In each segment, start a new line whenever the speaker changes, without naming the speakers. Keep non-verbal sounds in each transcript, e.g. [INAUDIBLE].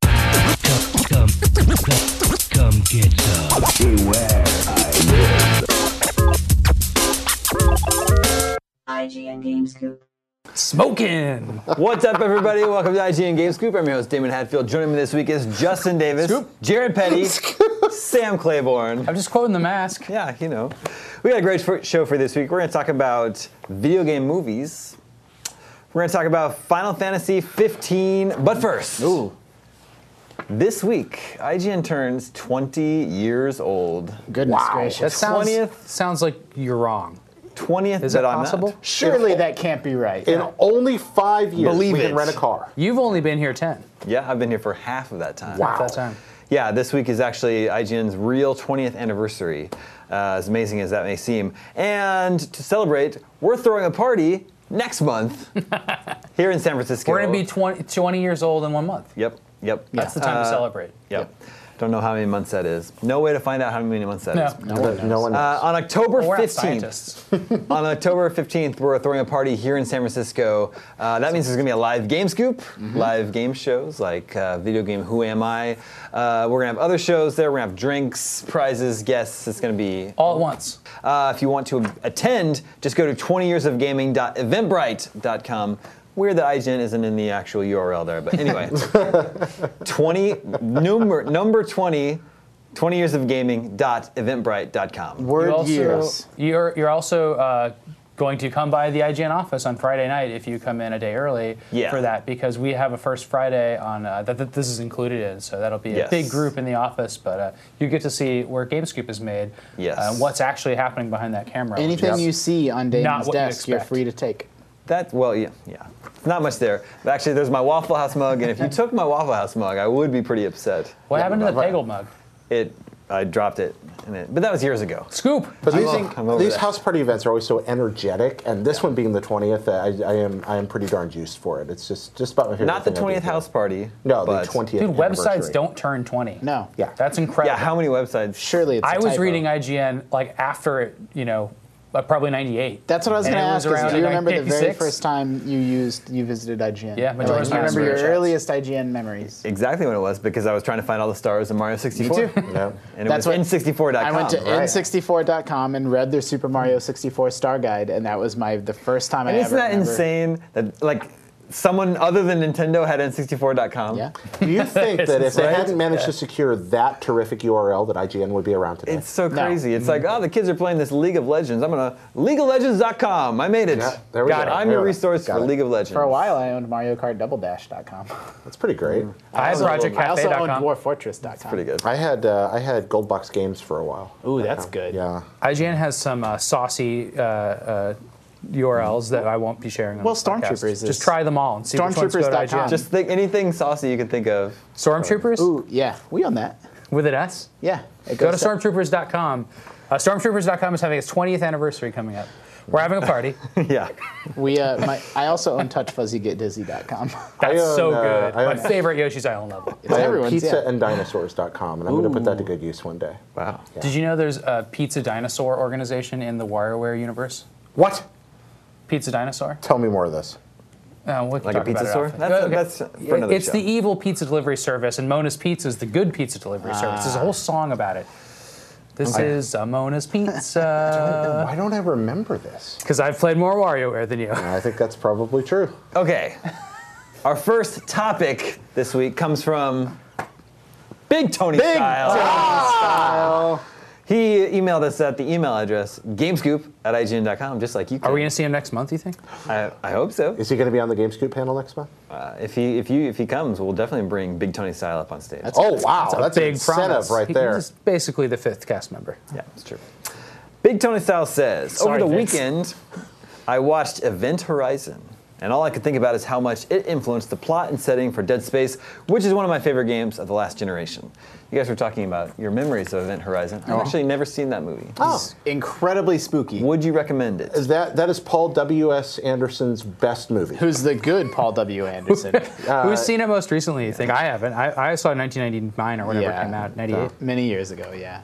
Come, come, come get some.
IGN Games Coop.
Smoking.
What's up, everybody? Welcome to IGN Game Scoop. I'm your host, Damon Hatfield. Joining me this week is Justin Davis, Jared Petty, Sam Claiborne.
I'm just quoting the mask.
Yeah, you know. We got a great fo- show for this week. We're going to talk about video game movies. We're going to talk about Final Fantasy 15. But first, this week, IGN turns 20 years old.
Goodness gracious. That sounds,
20th?
sounds like you're wrong.
20th
Is
that
that
I'm
possible?
not.
Surely that can't be right.
In only five years,
Believe
we
it.
can rent a car.
You've only been here 10.
Yeah, I've been here for half of that time.
At that time.
Yeah, this week is actually IGN's real 20th anniversary, uh, as amazing as that may seem. And to celebrate, we're throwing a party next
[LAUGHS]
month here in San Francisco.
We're going to be 20, 20 years old in one month.
Yep, yep. Uh,
That's the time to celebrate.
Yep. Don't know how many months that is. No way to find out how many months that is.
No, no one knows.
No one.
Uh, on October
We're not
15th,
scientists.
[LAUGHS] on October 15th, we're throwing a party here in San Francisco. Uh, that means there's going to be a live game scoop,
Mm-hmm.
live game shows like uh, video game Who Am I. Uh, we're going to have other shows there. We're going to have drinks, prizes, guests. It's going to be.
All at once.
Uh, if you want to attend, just go to 20yearsofgaming.eventbrite.com. Weird that IGN isn't in the actual URL there, but
[LAUGHS]
anyway, 20 number number 20. 20 years of gaming.eventbrite.com.
Word
You also,
years.
You're, you're also uh, going to come by the IGN office on Friday night if you come in a day early
Yeah.
for that because we have a first Friday on uh, that, that this is included in. So that'll be a
Yes.
big group in the office, but uh, you get to see where GameScoop is made.
Yes.
Uh, what's actually happening behind that camera. which
Anything
is-
you see on
Not
Damon's
what you
desk, you're
expect.
free to take.
That well, yeah, yeah. Not much there. But actually, there's my Waffle House mug, and if you took my Waffle House mug, I would be pretty upset.
What happened to the
right.
Peggle mug?
It, I dropped it, and it, but that was years ago.
Scoop.
But
Oh,
these,
o-
thing-
I'm over
these
that.
house party events are always so energetic, and this one being the twentieth, I, I am I am pretty darn juiced for it. It's just just about my favorite.
Not the
thing I do
20th
here.
house party.
No,
but-
the twentieth.
Dude, websites don't turn 20.
No.
Yeah.
That's incredible.
Yeah, how many websites?
Surely it's a
I was
typo.
reading IGN like after it, you know, like probably 98.
That's what I was
And
going to
it was
ask. Is,
around
do you
in, like,
remember the very
56?
first time you used you visited IGN?
Yeah,
Or,
Majora's
like, do you
Mask
remember your
merchandise.
earliest IGN memories?
Exactly when it was because I was trying to find all the stars in Mario 64.
Yeah.
And it
That's
was
what-
n64.com.
I went to
right?
n64.com and read their Super Mario 64 Star Guide, and that was my the first time I
And
ever.
isn't that
remember-
insane that like
someone other than Nintendo had N64.com.
Yeah.
[LAUGHS]
Do you think that if they
Right?
hadn't managed to secure that terrific URL, that IGN would be around today?
It's so
No. Mm-hmm.
crazy. It's like, oh, the kids are playing this League of Legends. I'm gonna LeagueOfLegends.com. I made it.
Yeah, there we
Got
go.
it. I'm your
There we go.
resource
Got
for
it.
League of Legends.
For a while, I owned Mario Kart DoubleDash.com.
That's pretty great.
I had
I [LAUGHS] also owned
ProjectCafe.com.
Dwarffortress.com.
Pretty good.
I had uh, I had Goldbox Games for a while.
Ooh, that's good.
Yeah.
IGN has some uh, saucy uh, uh, URLs that I won't be sharing. On
Well,
this podcast.
Stormtroopers is-
Just try them all and see which ones go to
Stormtroopers.com.
IGN.
Just think anything saucy you can think of. [LAUGHS]
Stormtroopers
Ooh, yeah. We own that.
with an S.
Yeah. It
Go to
goes to-
stormtroopers.com. Uh, stormtroopers.com is having its 20th anniversary coming up. We're having a party.
yeah.
We, uh, my, I also
[LAUGHS]
own [LAUGHS] touchfuzzygetdizzy.com.
That's
own,
so
uh,
good.
I
My
own-
favorite Yoshi's Island level.
It's
I
everyone's.
had pizza
yeah.
and dinosaurs.com, and I'm going to put that to good use one day.
Wow.
Did you know there's a pizza dinosaur organization in the WarioWare universe?
What?
Pizza dinosaur?
Tell me more of this.
Uh, we'll
Like a
talk about
pizza
it
store?
offline.
That's- that's for another
it's
show.
the evil pizza delivery service, and Mona's Pizza is the good pizza delivery service. There's a whole song about it. This is a Mona's Pizza.
Why don't I remember this?
Because I've played more WarioWare than you.
I think that's probably true.
Okay. Our first topic this week comes from Big Tony Big Styles. He emailed us at the email address gamescoop at ign.com, just like you can.
Are we going to see him next month, you think?
I, I hope so.
Is he going to be on the GameScoop panel next month?
Uh, if he if you if he comes, we'll definitely bring Big Tony Style up on stage.
oh, wow. That's, an
Big
incentive
promise.
right
He-
there.
He's basically the fifth cast member.
Yeah, it's true. Big Tony Styles says
Sorry,
Over the
Vince.
weekend, I watched Event Horizon, and all I could think about is how much it influenced the plot and setting for Dead Space, which is one of my favorite games of the last generation. You guys were talking about your memories of Event Horizon.
Oh.
I've actually never seen that movie.
Oh.
Incredibly spooky.
Would you recommend it?
Is that, that is Paul W.S. Anderson's best movie.
Who's the good Paul W.
[LAUGHS]
Anderson?
Who's seen Oh, it most recently, you think? I haven't. I, I saw it in 1999 or whatever it
Yeah.
came out, 98.
Many years ago, yeah.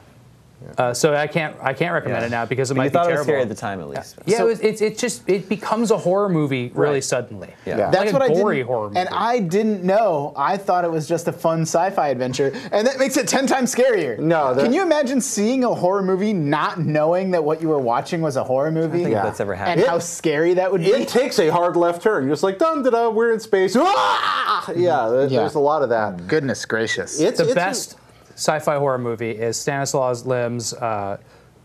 Uh, so I can't I can't recommend
Yeah.
it now because it
you
might
thought
be
it was
terrible.
scary at the time, at least.
yeah,
So-
it, was, it's it just it becomes a horror movie really
Right.
suddenly.
Yeah.
Yeah.
That's
That's
like
what
a
I
gory
didn't,
horror movie.
and I didn't know. I thought it was just a fun sci-fi adventure, and that makes it ten times scarier.
No, that-
can you imagine seeing a horror movie not knowing that what you were watching was a horror movie?
Yeah.
That's ever
And
happened.
how scary that would be.
it takes a hard left turn. You're just like, dun da da, we're in space. Ah! Yeah, there-
Yeah.
there's a lot of
[LAUGHS]
that.
Goodness gracious!
It's
the
it's a-
best sci-fi horror movie is Stanislaus Lem's uh,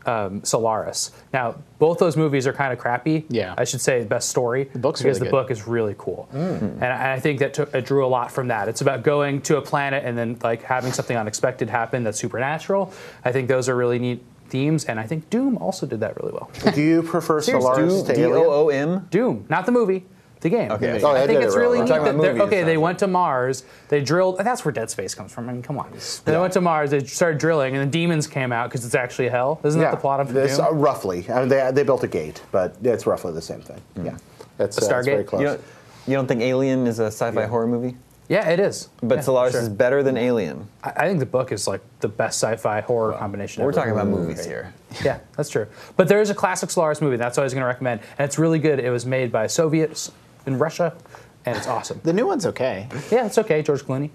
um, Solaris. Now, both those movies are kind of crappy.
Yeah.
I should say the best story. The
book's
because
really
the
good.
book is really cool, and I I think that took, it drew a lot from that. It's about going to a planet and then like having something unexpected happen that's supernatural. I think those are really neat themes, and I think Doom also did that really well.
do you prefer Solaris to
D
Alien?
O O M.
Doom, not the movie, the game.
Okay.
Oh, I
I
did
think
it
it's
right.
really
We're
neat.
talking
That
about
they're-
movies,
okay, they
huh?
went to Mars. They drilled. That's where Dead Space comes from. I mean, come on. They went to Mars. They started drilling, and the demons came out because it's actually hell. Isn't that the plot of
This-
Doom?
uh, roughly. I mean, they, they built a gate, but it's roughly the same thing. Yeah. That's, uh, that's
Stargate?
very
You
close.
You don't, you don't think Alien is a sci-fi horror movie?
yeah, it is.
But
Yeah,
Solaris
sure.
is better than Alien.
I, I think the book is like the best sci-fi horror combination.
We're
ever.
talking about movies here.
Yeah, that's true. But there is a classic Solaris movie. That's always going to recommend, and it's really good. It was made by Soviets in Russia, and it's awesome.
the new one's
[LAUGHS]
okay.
yeah, it's okay. George Clooney.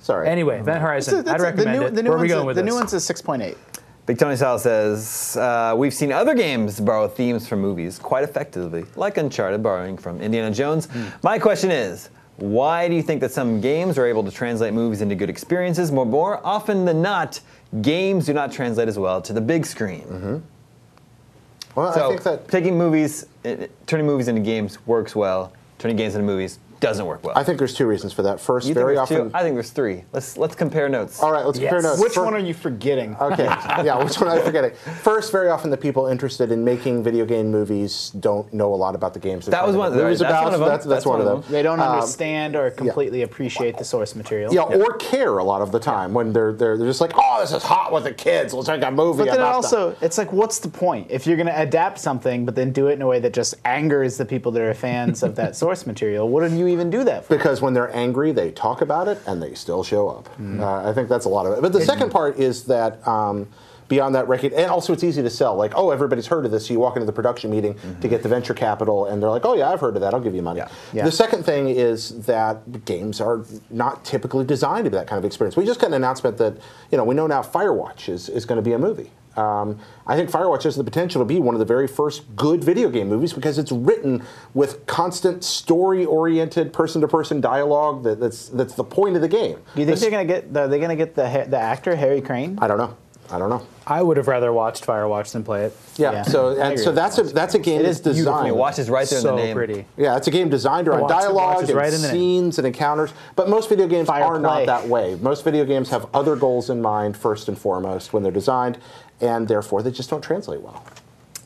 Sorry.
Anyway, Event Horizon.
That's
I'd
a-
recommend
the new,
it.
The new
Where are we
one's a-
going with
the
this?
new one's a six point eight.
Big Tony Style says, uh, we've seen other games borrow themes from movies quite effectively, like Uncharted borrowing from Indiana Jones.
Hmm.
My question is, why do you think that some games are able to translate movies into good experiences? More, more often than not, games do not translate as well to the big screen.
Well, Mm-hmm. I
So
think that
taking movies, uh, turning movies into games works well. Turning games into movies doesn't work well.
I think there's two reasons for that. First,
you think
very
there's two?
often.
I think there's three. Let's let's compare notes.
all right, let's compare
Yes.
notes.
Which
Fir-
one are you forgetting?
Okay. [LAUGHS] yeah, which one am I forgetting? First, very often the people interested in making video game movies don't know a lot about the games. they're
That
trying
was
to
one-
make movies
that's
about,
one of
so
them.
That's, that's one of them.
they
Um,
don't understand or completely appreciate the source material.
Yeah, or care a lot of the time when they're they're they're just like, oh, this is hot with the kids. Let's make a movie
But then it
about
also,
them."
it's like, what's the point if you're going to adapt something, but then do it in a way that just angers the people that are fans of
[LAUGHS]
that source material? What do you even do that for?
Because when they're angry, they talk about it and they still show up.
Mm-hmm.
Uh, I think that's a lot of it. But the second part is that um, beyond that record, and also it's easy to sell. Like, oh, everybody's heard of this. So you walk into the production meeting to get the venture capital, and they're like, oh, yeah, I've heard of that. I'll give you money.
Mm-hmm. Yeah.
The second thing is that games are not typically designed to be that kind of experience. We just got an announcement that, you know, we know now Firewatch is, is going to be a movie. Um, I think Firewatch has the potential to be one of the very first good video game movies because it's written with constant story-oriented, person-to-person dialogue. That, that's that's the point of the game.
Do you think
This-
they're gonna get? The, are they gonna get the ha- the actor Harry Crane?
I don't know. I don't know.
I would have rather watched Firewatch than play it.
Yeah.
Yeah.
So
I
and
agree
so
with
that's a that's a game
It
that's
is beautiful. I mean,
designed.
Watch is right there
so
in the name.
pretty.
Yeah, it's a game designed around
Watch it- watch
dialogue
is
and
right in the name.
scenes and encounters, but most video games
Fire
are not
play.
that way. Most video games have other goals in mind first and foremost when they're designed, and therefore they just don't translate well.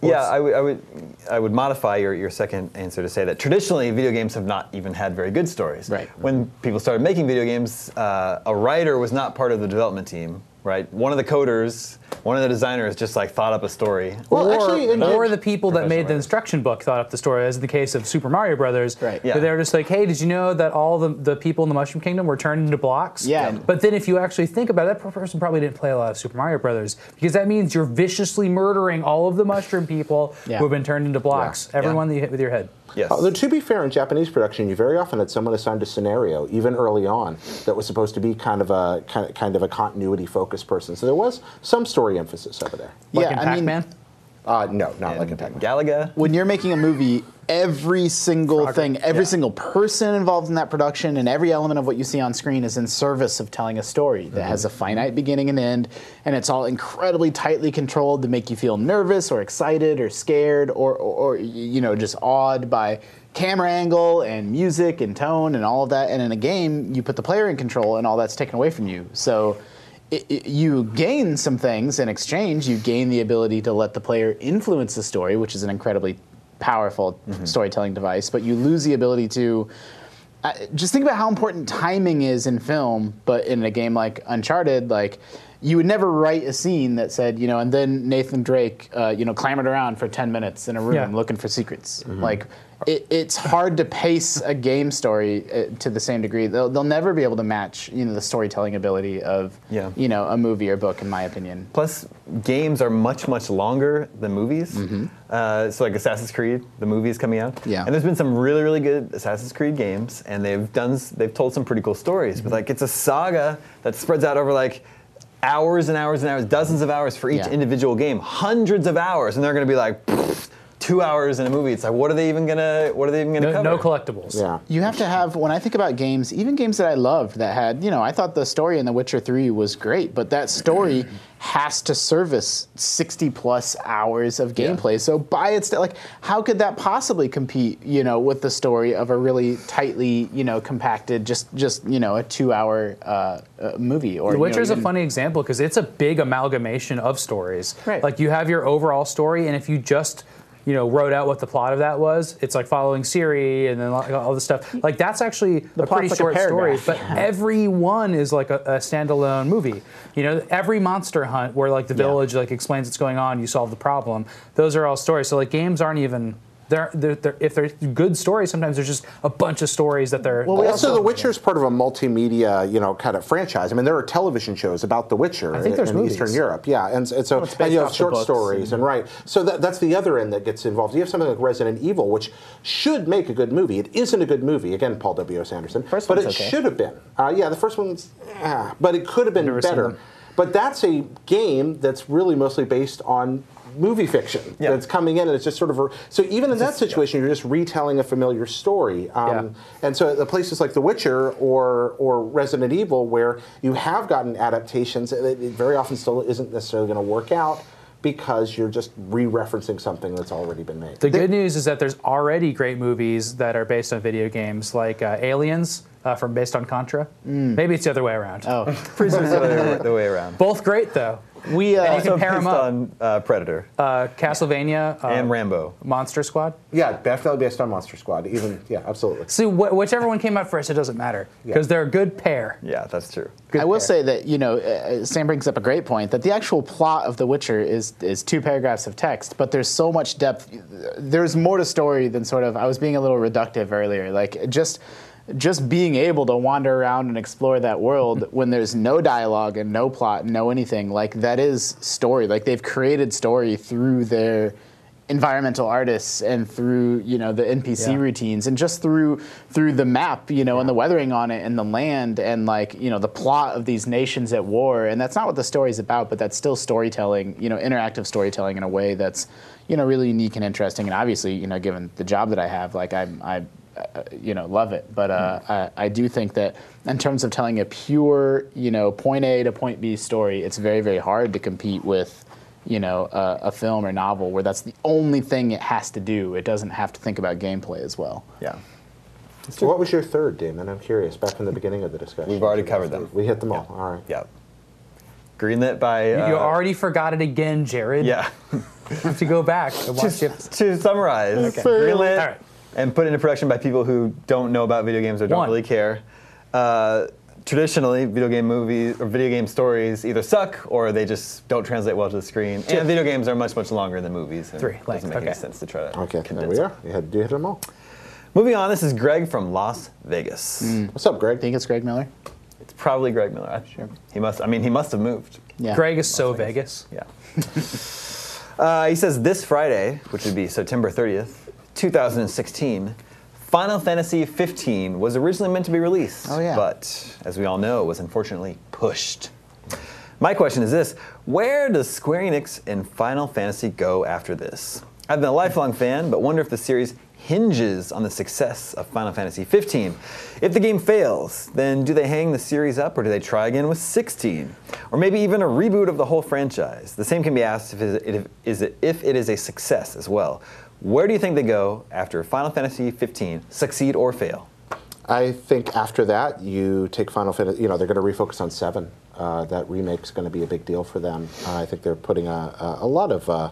Yeah, I would, I would, I would modify your, your second answer to say that traditionally video games have not even had very good stories.
Right.
When people started making video games, uh, a writer was not part of the development team. Right. One of the coders, one of the designers, just like thought up a story.
Well, actually, in
or
game-
the people that made the instruction book thought up the story, as in the case of Super Mario Brothers.
Right.
where
Yeah.
They were just like, hey, did you know that all the, the people in the Mushroom Kingdom were turned into blocks?
Yeah.
But then if you actually think about it, that person probably didn't play a lot of Super Mario Brothers because that means you're viciously murdering all of the mushroom people
Yeah.
who have been turned into blocks. Everyone that you hit with your head.
yes.
Although to be fair, in Japanese production, you very often had someone assigned a scenario, even early on, that was supposed to be kind of a kind of, kind of a continuity focused person. So there was some story emphasis over there.
Like in Pac-Man.
Uh, no, not
And
like in Pac-Man.
Galaga.
when you're making a movie, every single thing, every
yeah.
single person involved in that production, and every element of what you see on screen is in service of telling a story that has a finite beginning and end, and it's all incredibly tightly controlled to make you feel nervous or excited or scared or, or, or y- you know just awed by camera angle and music and tone and all of that. And in a game, you put the player in control, and all that's taken away from you. So it, it- you gain some things in exchange. You gain the ability to let the player influence the story, which is an incredibly powerful storytelling device, but you lose the ability to. Uh, just think about how important timing is in film, but in a game like Uncharted, like you would never write a scene that said, you know, and then Nathan Drake, uh, you know, clambered around for ten minutes in a room
Yeah.
looking for secrets. Like it, it's hard to pace a game story uh, to the same degree. They'll, they'll never be able to match, you know, the storytelling ability of,
Yeah.
you know, a movie or book, in my opinion.
Plus, games are much, much longer than movies. Uh, so, like Assassin's Creed, the movie is coming out.
Mm-hmm. Yeah.
And there's been some really, really good Assassin's Creed games, and they've done, s- they've told some pretty cool stories.
Mm-hmm.
But like, it's a saga that spreads out over like hours and hours and hours, dozens of hours for each
Yeah.
individual game, hundreds of hours, and they're going to be like. "Pfft, Two hours in a movie. It's like, what are they even gonna? What are they even gonna
No,
cover?
no collectibles.
Yeah.
You have to have, when I think about games, even games that I loved that had, you know, I thought the story in The Witcher 3 was great, but that [CLEARS THROAT] story has to service 60 plus hours of gameplay. So by its, like, how could that possibly compete, you know, with the story of a really tightly, you know, compacted, just, just you know, a two hour uh, uh, movie? Or,
The
you know,
Witcher's a
even-
funny example because it's a big amalgamation of stories.
Right.
Like you have your overall story, and if you just you know wrote out what the plot of that was, it's like following Siri and then like all this stuff. Like that's actually a
plot's
pretty
like a
short story,
paragraph.
but every one is like a, a standalone movie. You know, every monster hunt where like the village like explains what's going on, you solve the problem. Those are all stories. So like games aren't even. They're, they're, they're, if they're good stories, sometimes there's just a bunch of stories that they're.
Well, also, The Witcher is part of a multimedia, you know, kind of franchise. I mean, there are television shows about The Witcher
think
in,
there's
in
movies.
Eastern Europe. Yeah, and, and so
it's
and
based
you have
off the
short
books
stories and right. So that, that's the other end that gets involved. You have something like Resident Evil, which should make a good movie. It isn't a good movie. Again, Paul W. S. Anderson.
First
but it
one's okay.
should have been. Uh, yeah, the first one's, ah, but it could have been
never seen
better.
them.
But that's a game that's really mostly based on movie fiction
Yeah.
that's coming in, and it's just sort of a, so. Even in that situation, you're just retelling a familiar story. Um, And so, the places like The Witcher or or Resident Evil, where you have gotten adaptations, it, it very often still isn't necessarily going to work out because you're just re-referencing something that's already been made.
The good news is that there's already great movies that are based on video games, like uh, Aliens uh, from based on Contra. Maybe it's the other way around.
Mm. Oh,
Prisoners the, other- the way around.
Both great though.
we, uh,
And
Also
you compare 'em
based
up.
on uh, Predator
Uh, Castlevania uh,
and Rambo.
Monster Squad.
yeah, definitely based on Monster Squad. Even yeah, absolutely.
See, wh- whichever one came out first, it doesn't matter because they're a good pair.
Yeah, that's true.
I will say that you know uh, Sam brings up a great point that the actual plot of The Witcher is is two paragraphs of text, but there's so much depth. There's more to story than sort of. I was being a little reductive earlier, like just just being able to wander around and explore that world when there's no dialogue and no plot and no anything like that is story. Like they've created story through their environmental artists and through you know the NPC
Yeah.
routines and just through through the map you know and the weathering on it and the land and like you know the plot of these nations at war and that's not what the story's about but that's still storytelling you know interactive storytelling in a way that's you know really unique and interesting and obviously you know given the job that I have like I'm I uh, you know, love it. But uh, I, I do think that in terms of telling a pure, you know, point A to point B story, it's very, very hard to compete with, you know, a, a film or novel where that's the only thing it has to do. It doesn't have to think about gameplay as well.
Yeah.
What was your third, Damon? I'm curious. Back from the beginning of the discussion.
We've already covered them.
We hit them all. All right.
Yeah. Greenlit by.
You-
Uh,
you already forgot it again, Jared.
[LAUGHS]
Yeah.
You have to go back
[LAUGHS]
and
[LAUGHS]
watch
to,
it.
to summarize, greenlit
All right.
and put into production by people who don't know about video games or don't
One.
really care. Uh, traditionally, video game movies or video game stories either suck or they just don't translate well to the screen. And video games are much much longer than movies. and
Three,
Doesn't
length,
make any
okay.
sense to try to
Okay, there
condense
we
it.
are. You had to hit them all.
Moving on, this is Greg from Las Vegas.
Hmm.
What's up, Greg?
I think it's Greg Miller.
It's probably Greg Miller. I- He must. I mean, he must have moved.
Yeah.
Greg is so Vegas.
Yeah. [LAUGHS] uh, he says this Friday, which would be September 30th, 2016, Final Fantasy 15 was originally meant to be released,
Oh, yeah.
but as we all know, was unfortunately pushed. My question is this Where does Square Enix and Final Fantasy go after this? I've been a lifelong fan, but wonder if the series hinges on the success of Final Fantasy 15. If the game fails, then do they hang the series up or do they try again with 16? Or maybe even a reboot of the whole franchise? The same can be asked if it is, is it, if it is a success as well. Where do you think they go after Final Fantasy 15 succeed or fail?
I think after that, you take Final Fantasy. You know, they're going to refocus on seven. Uh, that remake's going to be a big deal for them. Uh, I think they're putting a, a, a lot of uh,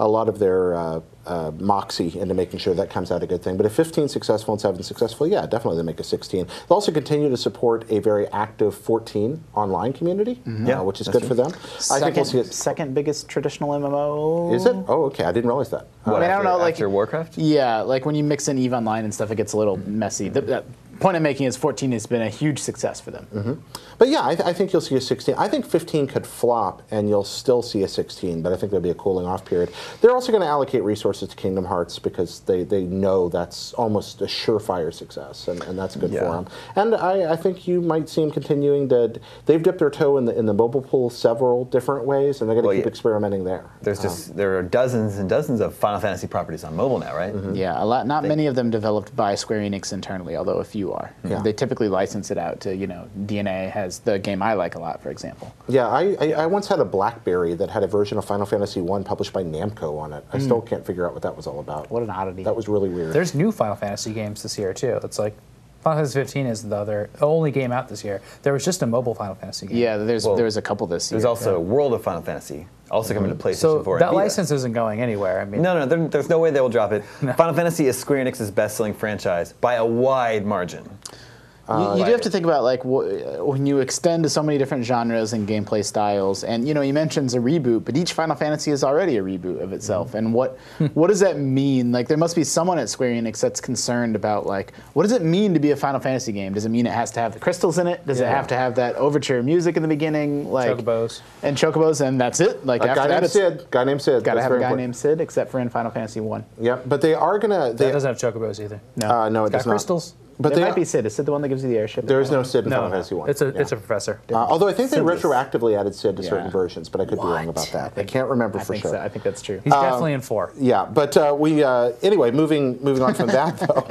a lot of their uh, uh, moxie into making sure that comes out a good thing. But if 15 successful and seven successful, yeah, definitely they make a 16. They'll also continue to support a very active 14 online community, uh,
Mm-hmm. Yeah,
which is
that's
good for them. I
Second,
think we'll see it.
second biggest traditional MMO.
Is it? Oh, okay. I didn't realize that.
What,
mean, I
after,
don't know, like-
after Warcraft?
Yeah, like when you mix in Eve Online and stuff, it gets a little messy. The, the point I'm making is 14 has been a huge success for them.
Mm-hmm. But yeah, I, th- I think you'll see a 16. I think 15 could flop and you'll still see a 16, but I think there'll be a cooling off period. They're also going to allocate resources to Kingdom Hearts because they, they know that's almost a surefire success, and, and that's good for
Yeah.
'em. for them. And I, I think you might see them continuing to. They've dipped their toe in the, in the mobile pool several different ways, and they're going to
Well,
keep
yeah.
experimenting there.
There's just there are dozens and dozens of Final Fantasy properties on mobile now, right?
Yeah, a lot. Not many of them developed by Square Enix internally, although a few are.
Yeah.
They typically license it out to, you know, DNA has the game I like a lot, for example.
Yeah, I, I, I once had a BlackBerry that had a version of Final Fantasy One published by Namco on it. I still can't figure out what that was all about.
Hmm. What an oddity.
That was really weird.
There's new Final Fantasy games this year too. It's like Final Fantasy 15 is the other only game out this year. There was just a mobile Final Fantasy game.
yeah, there's
Well,
there was a couple this year.
There's also World of Final Fantasy, also coming to PlayStation
So
4. and
that
Vita.
license isn't going anywhere. I mean,
No, no, no, there, there's no way they will drop it. Final Fantasy is Square Enix's best-selling franchise by a wide margin.
Uh,
you, you do have to think about like wh- when you extend to so many different genres and gameplay styles, and you know you mentioned a reboot, but each Final Fantasy is already a reboot of itself.
Mm-hmm.
And
[LAUGHS]
what what does that mean? Like there must be someone at Square Enix that's concerned about like what does it mean to be a Final Fantasy game? Does it mean it has to have the crystals in it? Does it have to have that overture music in the beginning? Like
Chocobos.
and chocobos, and that's it. Like
a
after
guy
that,
named
it's
Sid. Guy named Sid.
gotta
That's
have a
very
guy
important.
named Sid, except for in Final Fantasy One.
Yep, but they are gonna. They,
it doesn't have chocobos either.
No,
uh, no, it
Got
does not.
crystals.
But
it
they
might be Sid. Is Sid the one that gives you the airship?
There is no Sid in
No,
Final
no.
Fantasy One.
It's a
Yeah.
it's a professor.
Uh, althougly I think they
Sidless.
retroactively added Sid to certain
Yeah.
versions, but I could be wrong about that. I, can't remember
I
for
think
sure.
so. I think that's true.
He's definitely in four.
Yeah, but uh, we uh, anyway. Moving moving on from that
[LAUGHS]
though,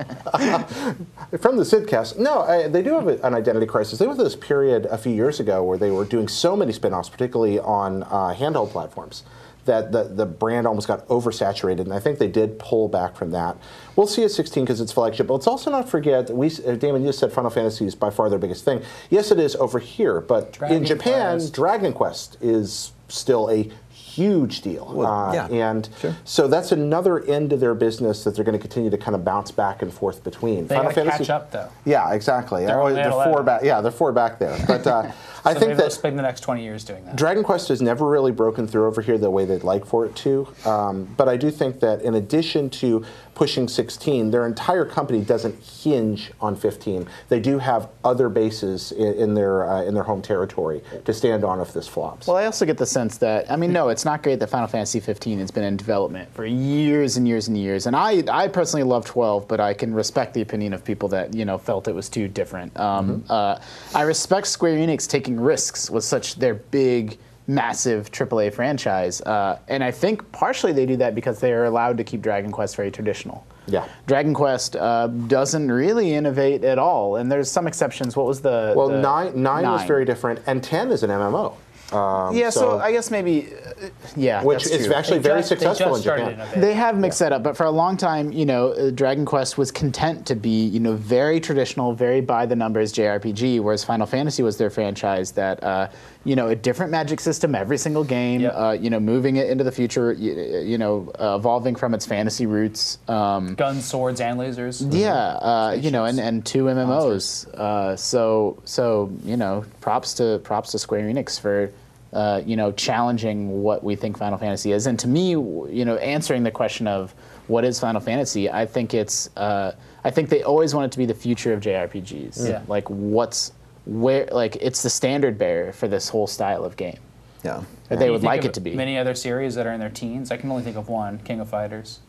from the Sidcast. No, I, they do have a, an identity crisis. They went through this period a few years ago where they were doing so many spin-offs, particularly on uh, handheld platforms, that the, the brand almost got oversaturated. And I think they did pull back from that. We'll see at 16 because it's flagship. But let's also not forget that we, uh, Damon, you said Final Fantasy is by far their biggest thing. Yes, it is over here, but in
Dragon
Japan,
Quest.
Dragon Quest is still a huge deal. Uh,
yeah.
And so that's another end of their business that they're going to continue to kind of bounce back and forth between.
They gotta catch up though.
Yeah, exactly. Oh, They're,
only at
four
11.
back. Yeah, they're four back there. But
[LAUGHS]
uh, I
So
think
maybe they'll
that
spend the next 20 years doing that.
Dragon Quest has never really broken through over here the way they'd like for it to. Um, but I do think that in addition to pushing 16. Their entire company doesn't hinge on 15. They do have other bases in, in their uh, in their home territory to stand on if this flops.
Well, I also get the sense that I mean, no, it's not great that Final Fantasy 15 has been in development for years and years and years, and I I personally love 12, but I can respect the opinion of people that you know felt it was too different. Um,
Mm-hmm.
uh, I respect Square Enix taking risks with such their big. Massive AAA franchise, uh, and I think partially they do that because they are allowed to keep Dragon Quest very traditional.
Yeah.
Dragon Quest uh, doesn't really innovate at all, and there's some exceptions. What was the
well,
the-
nine, nine was very different, and 10 is an MMO. Um,
yeah, so, I guess maybe, uh, yeah,
which
that's
is
true.
actually very successful
just
in
started
Japan.
innovating.
They have mixed that up, but for a long time, you know, uh, Dragon Quest was content to be, you know, very traditional, very by the numbers JRPG, whereas Final Fantasy was their franchise that, uh, you know, a different magic system every single game,
Yep.
uh, you know, moving it into the future, you, you know, uh, evolving from its fantasy roots. Um,
Guns, swords, and lasers.
yeah, uh, you know, and, and two MMOs. Uh, so so you know, props to props to Square Enix for uh, you know challenging what we think Final Fantasy is, and to me, w- you know, answering the question of what is Final Fantasy, I think it's uh, I think they always want it to be the future of JRPGs.
Yeah.
Like what's where like it's the standard bearer for this whole style of game.
Yeah.
That they
You
would
think
like
of
it to be.
Many other series that are in their teens. I can only think of one, King of Fighters.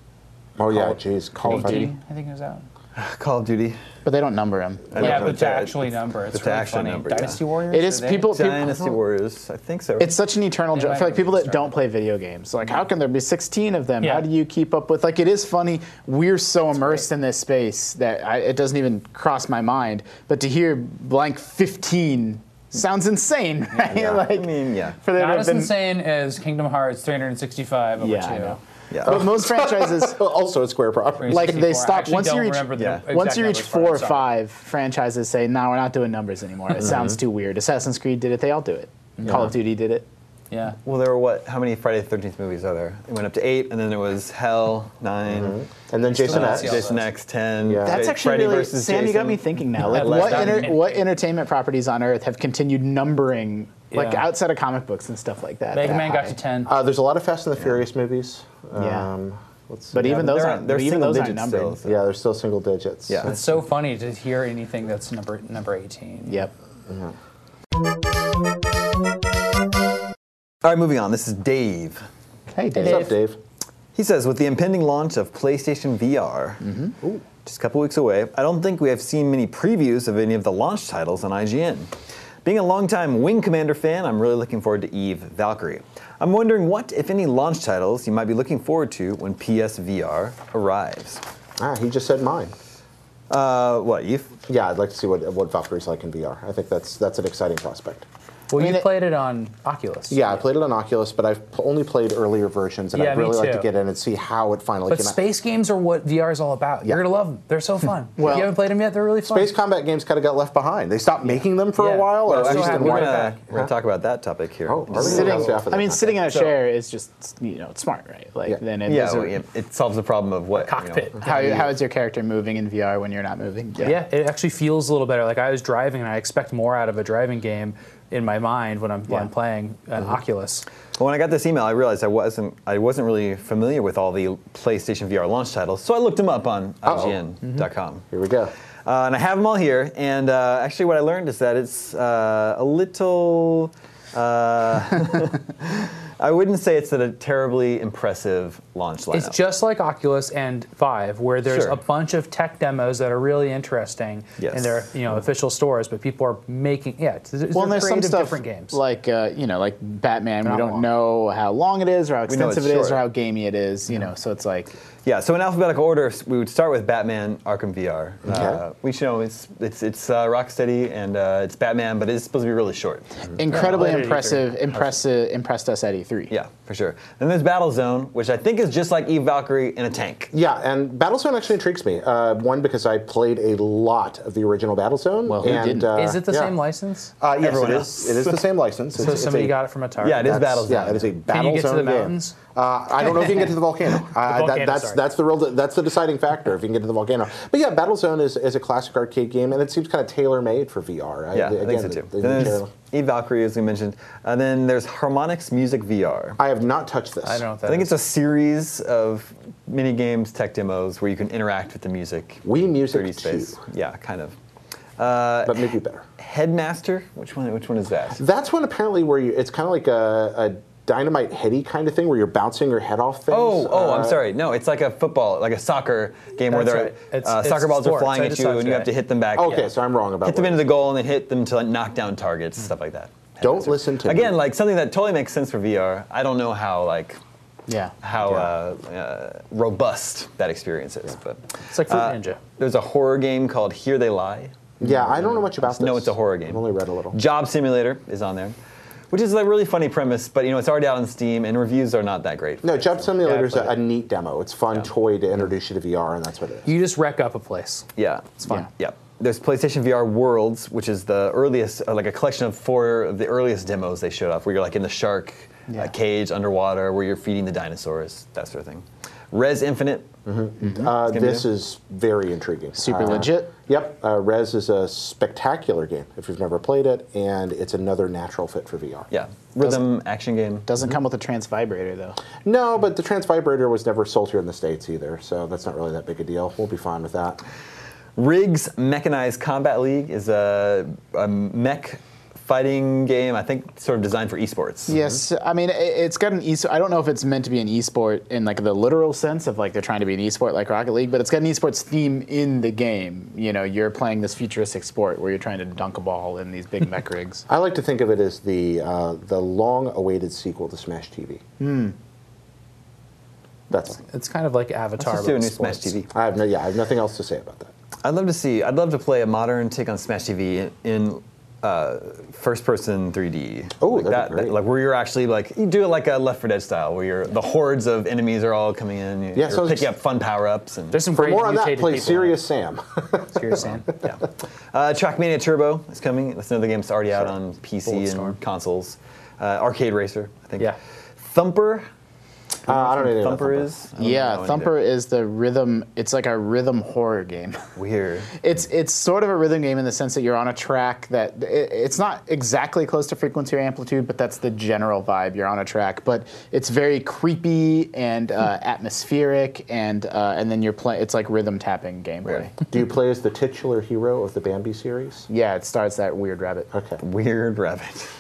Oh, yeah, geez. Call of Duty.
18,
[LAUGHS]
I think it was out.
Call of Duty.
but they don't number them.
I
Yeah,
don't know
but
if
the
that-
actually number, it's
but the
really
actual
funny.
number, yeah.
Dynasty Warriors.
It is
are they-
people. people
Dynasty Warriors. I think so.
it's such an eternal joke
might
for like
have
people that
started.
don't play video games. Like, how can there be 16 of them?
Yeah.
How do you keep up with? Like, it is funny. We're so immersed in this space that I, it doesn't even cross my mind. But to hear blank 15 sounds insane, right?
yeah.
Like,
I mean, yeah.
for there to
Not
have
as
been-
insane as Kingdom Hearts 365 over
Yeah,
two.
I know.
yeah.
[LAUGHS]
But most franchises.
also a Square property.
Like, they
64.
stop-
I actually
once you
don't
reach-
remember the
Yeah.
exact
Once you reach
numbers for it,
four or
sorry. Mm-hmm.
five, franchises say, "No, we're not doing numbers anymore. It sounds too weird." Assassin's Creed did it. They all do it. Call of Duty did it.
Yeah.
Well, there were what? How many Friday the Thirteenth movies are there? It went up to eight, and then it was Hell 9
And then Jason
not
X.
Yeah,
Jason
that's-
X ten.
Yeah.
That's
Fre-
actually
Freddy
really
versus
Sam. You got
Jason.
me
[LAUGHS]
thinking now. Like,
love
what,
that.
enter, what entertainment properties on Earth have continued numbering, like
Yeah.
outside of comic books and stuff like that?
Mega
that
Man got
high?
to 10.
Uh, there's a lot of Fast and the Furious movies.
Yeah.
Um, let's see.
But even
but
those
they're-
aren't.
they're
but even
single
those aren't
digits
numbered.
still, so-
yeah, they're still single digits.
Yeah.
It's so funny to hear anything that's number number 18.
Yep.
All right, moving on. This is Dave.
Hey, Dave.
What's up, Dave?
He says, with the impending launch of PlayStation VR, just a couple weeks away, I don't think we have seen many previews of any of the launch titles on IGN. Being a longtime Wing Commander fan, I'm really looking forward to Eve Valkyrie. I'm wondering what, if any, launch titles you might be looking forward to when PSVR arrives.
Ah, he just said mine.
Uh, what, Eve?
Yeah, I'd like to see what what Valkyrie's like in VR. I think that's that's an exciting prospect.
Well,
mean,
you
it-
played it on Oculus.
Yeah, I played it on Oculus, but I've p- only played earlier versions, and
Yeah,
I'd
me
really like
too.
to get in and see how it finally
But
came
space games are what VR is all about. You're
Yeah.
going to love them. They're so fun.
[LAUGHS] Well-
if you haven't played them yet, they're really
out.
fun.
Space combat games kind of got left behind. They stopped making them for
Yeah.
a while,
Well,
or
it's
at
still
least in
happening.
We're
one.
Right
gonna,
back.
we're gonna talk about that topic here.
Oh, are we?
Sitting,
Let's go
I
for that.
mean, sitting in a
So-
chair is just you know it's smart, right? Like
Yeah.
then it
yeah,
doesn't-
well, yeah, it solves the problem of what you know,
cockpit.
How, how is your character moving in VR when you're not moving?
Yeah, it actually feels a little better. Like I was driving, and I expect more out of a driving game in my mind when I'm, when I'm
Yeah. Mm-hmm.
playing an Oculus.
Well, when I got this email, I realized I wasn't I wasn't really familiar with all the PlayStation VR launch titles, so I looked them up on
Uh-oh.
Mm-hmm.
IGN.com.
Here we go.
Uh, and I have them all here. And uh, actually, what I learned is that it's uh, a little. Uh, [LAUGHS] I wouldn't say it's a terribly impressive launch lineup.
It's just like Oculus and Vive, where there's
Sure.
a bunch of tech demos that are really interesting,
Yes.
and they're you know official stores, but people are making yeah. It's, it's
Well, and there's some
creative
stuff
different games.
like uh, you know, like Batman. We
Not
don't
long.
know how long it is, or how
know
extensive it
it's
is, or
short.
how gamey it is. You know, so it's like
Yeah, so in alphabetical order, s- we would start with Batman Arkham VR. Uh, we should know it's it's, it's uh, Rocksteady and uh, it's Batman, but it's supposed to be really short.
incredibly
later E3.
impressive. Impressive. Impressed us at E E3.
Yeah, for sure. Then there's Battlezone, which I think is just like Eve Valkyrie in a tank.
Yeah, and Battlezone actually intrigues me. Uh, one because I played a lot of the original Battlezone.
Well, who
and,
didn't?
Uh,
is it the
yeah.
same license?
Uh, yes,
Everyone
it
else.
is. It is the same license.
so somebody got it from Atari.
Yeah, it is Battlezone.
Yeah, it is a battle
Can you get to
zone
the
game.
mountains?
Uh, I don't know if you can get to
[LAUGHS]
the volcano. Uh,
volcano,
that, that's
sorry.
that's the real that's the deciding factor if you can get to the volcano. But yeah, Battlezone is, is a classic arcade game, and it seems kind of tailor made for VR. I-
Yeah,
again,
I think so
the-
too.
the
then there's
material-
Eve Valkyrie, as we mentioned. And then there's Harmonix Music VR.
I have not touched this.
I don't know. If
I
that
think
is.
it's a series of mini games, tech demos where you can interact with the music.
Wii Music
3D space.
2.
Yeah, kind of.
but maybe better.
Headmaster, which one? Which one is that?
That's one apparently where you, it's kind of like a, a dynamite heady kind of thing where you're bouncing your head off things.
Oh, oh,
Uh,
I'm sorry. No, it's like a football, like a soccer game where
That's
they're,
right. It's-
uh,
it's
soccer balls are
sports.
flying
I
at
just
you
saw it
and you have
today.
to hit them back.
Oh, Okay,
yeah.
so I'm wrong about
Hit them
what
into
it
the goal and then hit them to like, knock down targets, stuff like that.
Don't
Headmaster.
listen to
again,
me.
like something that totally makes sense for VR. I don't know how like
Yeah.
how uh, uh, robust that experience is, but
It's like Fruit Ninja.
there's a horror game called Here They Lie.
Yeah, I don't know much about this.
No, it's a horror game.
I've only read a little.
Job Simulator is on there, which is a really funny premise, but you know it's already out on Steam and reviews are not that great.
No, Job Simulator is a,
played
a neat demo. It's fun toy to introduce you to VR, and that's what it is.
You just wreck up a place.
Yeah, it's fun. Yeah. There's PlayStation VR Worlds, which is the earliest, uh, like a collection of four of the earliest demos they showed off, where you're like in the shark uh,
Yeah.
cage underwater, where you're feeding the dinosaurs, that sort of thing. Res Infinite,
Uh,
Mm-hmm. gonna be
this
new.
is very intriguing.
Super
Uh,
legit.
Yep, uh, Res is a spectacular game if you've never played it, and it's another natural fit for VR.
yeah, rhythm action game.
Doesn't come with a trans vibrator though.
No, but the trans vibrator was never sold here in the states either, so that's not really that big a deal. We'll be fine with that.
Riggs Mechanized Combat League is a, a mech fighting game. I think sort of designed for esports.
Yes, I mean it, it's got an e. I don't know if it's meant to be an esport in like the literal sense of like they're trying to be an esport like Rocket League, but it's got an esports theme in the game. You know, you're playing this futuristic sport where you're trying to dunk a ball in these big mech rigs.
I like to think of it as the uh, the long-awaited sequel to Smash TV. Hmm. That's.
It's kind of like Avatar.
Let's do a
but
new
with sports.
Smash TV.
I have no. Yeah, I have nothing else to say about that.
I'd love to see. I'd love to play a modern take on Smash TV in uh, first-person 3D.
Oh,
like
that'd be great.
like where you're actually like you do it like a Left 4 Dead style, where you're the hordes of enemies are all coming in. You're,
Yeah,
you're
so it's-
picking up fun power-ups and.
There's some great
More on that.
mutated
Play
people.
Serious Sam. [LAUGHS] Uh,
Serious Sam.
yeah. Uh, Trackmania Turbo is coming. That's another game that's already out on PC and consoles. Uh, Arcade Racer, I think.
Yeah.
Thumper.
uh, I don't know anything about
Thumper is. [LAUGHS] I don't know
yeah,
anything.
Thumper is the rhythm. It's like a rhythm horror game. [LAUGHS]
Weird.
It's it's sort of a rhythm game in the sense that you're on a track that it, it's not exactly close to frequency or amplitude, but that's the general vibe. You're on a track, but it's very creepy and uh, atmospheric, and uh, and then you're playing. It's like rhythm tapping gameplay.
Do you play as the titular hero of the Bambi series?
Yeah, it starts that weird rabbit.
Okay.
Weird rabbit. [LAUGHS]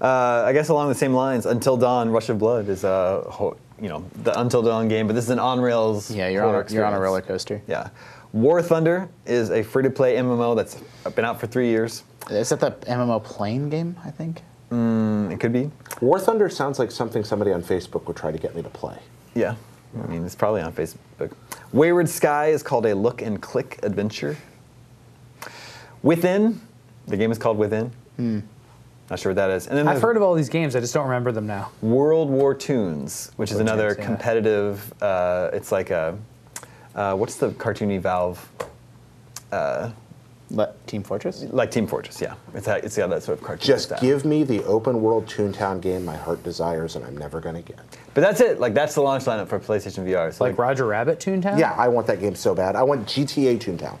Uh, I guess along the same lines, Until Dawn, Rush of Blood is a ho- you know the Until Dawn game, but this is an on rails.
Yeah, you're on a, you're on a roller coaster.
Yeah, War Thunder is a free to play MMO that's been out for three years.
Is that the MMO plane game? I think.
Mm, It could be.
War Thunder sounds like something somebody on Facebook would try to get me to play.
Yeah, I mean it's probably on Facebook. Wayward Sky is called a look and click adventure. Within, the game is called Within.
Hmm.
Not sure what that is. And then
I've
there's
heard of all these games. I just don't remember them now.
World War Tunes, which is another
Tunes, yeah.
competitive. Uh, it's like a uh, what's the cartoony Valve
Le- Team Fortress.
like Team Fortress? Yeah, it's ha- it's got that sort of cartoon.
Just
style.
give me the open world Toontown game my heart desires, and I'm never going to get.
But that's it. Like that's the launch lineup for PlayStation VR. So
Like Roger Rabbit Toontown?
Yeah, I want that game so bad. I want GTA Toontown.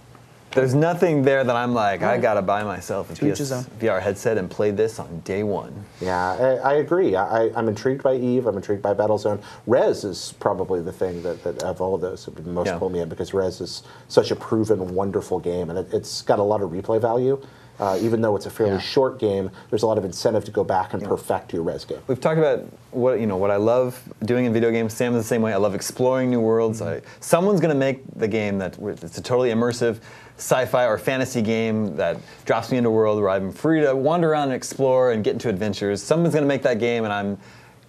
there's nothing there that I'm like I gotta buy myself a
each his
PS
own.
VR headset and play this on day one.
Yeah, I, I agree. I, I- I'm intrigued by Eve. I'm intrigued by Battlezone. Res is probably the thing that, that of all of those that would most
Yeah.
pull me in because Res is such a proven, wonderful game, and it, it's got a lot of replay value. Uh, even though it's a fairly
Yeah.
short game, there's a lot of incentive to go back and perfect your Res game.
We've talked about what you know what I love doing in video games. Sam is the same way. I love exploring new worlds.
Mm-hmm.
I, someone's going to make the game that where it's a totally immersive sci-fi or fantasy game that drops me into a world where I'm free to wander around and explore and get into adventures. Someone's going to make that game, and I'm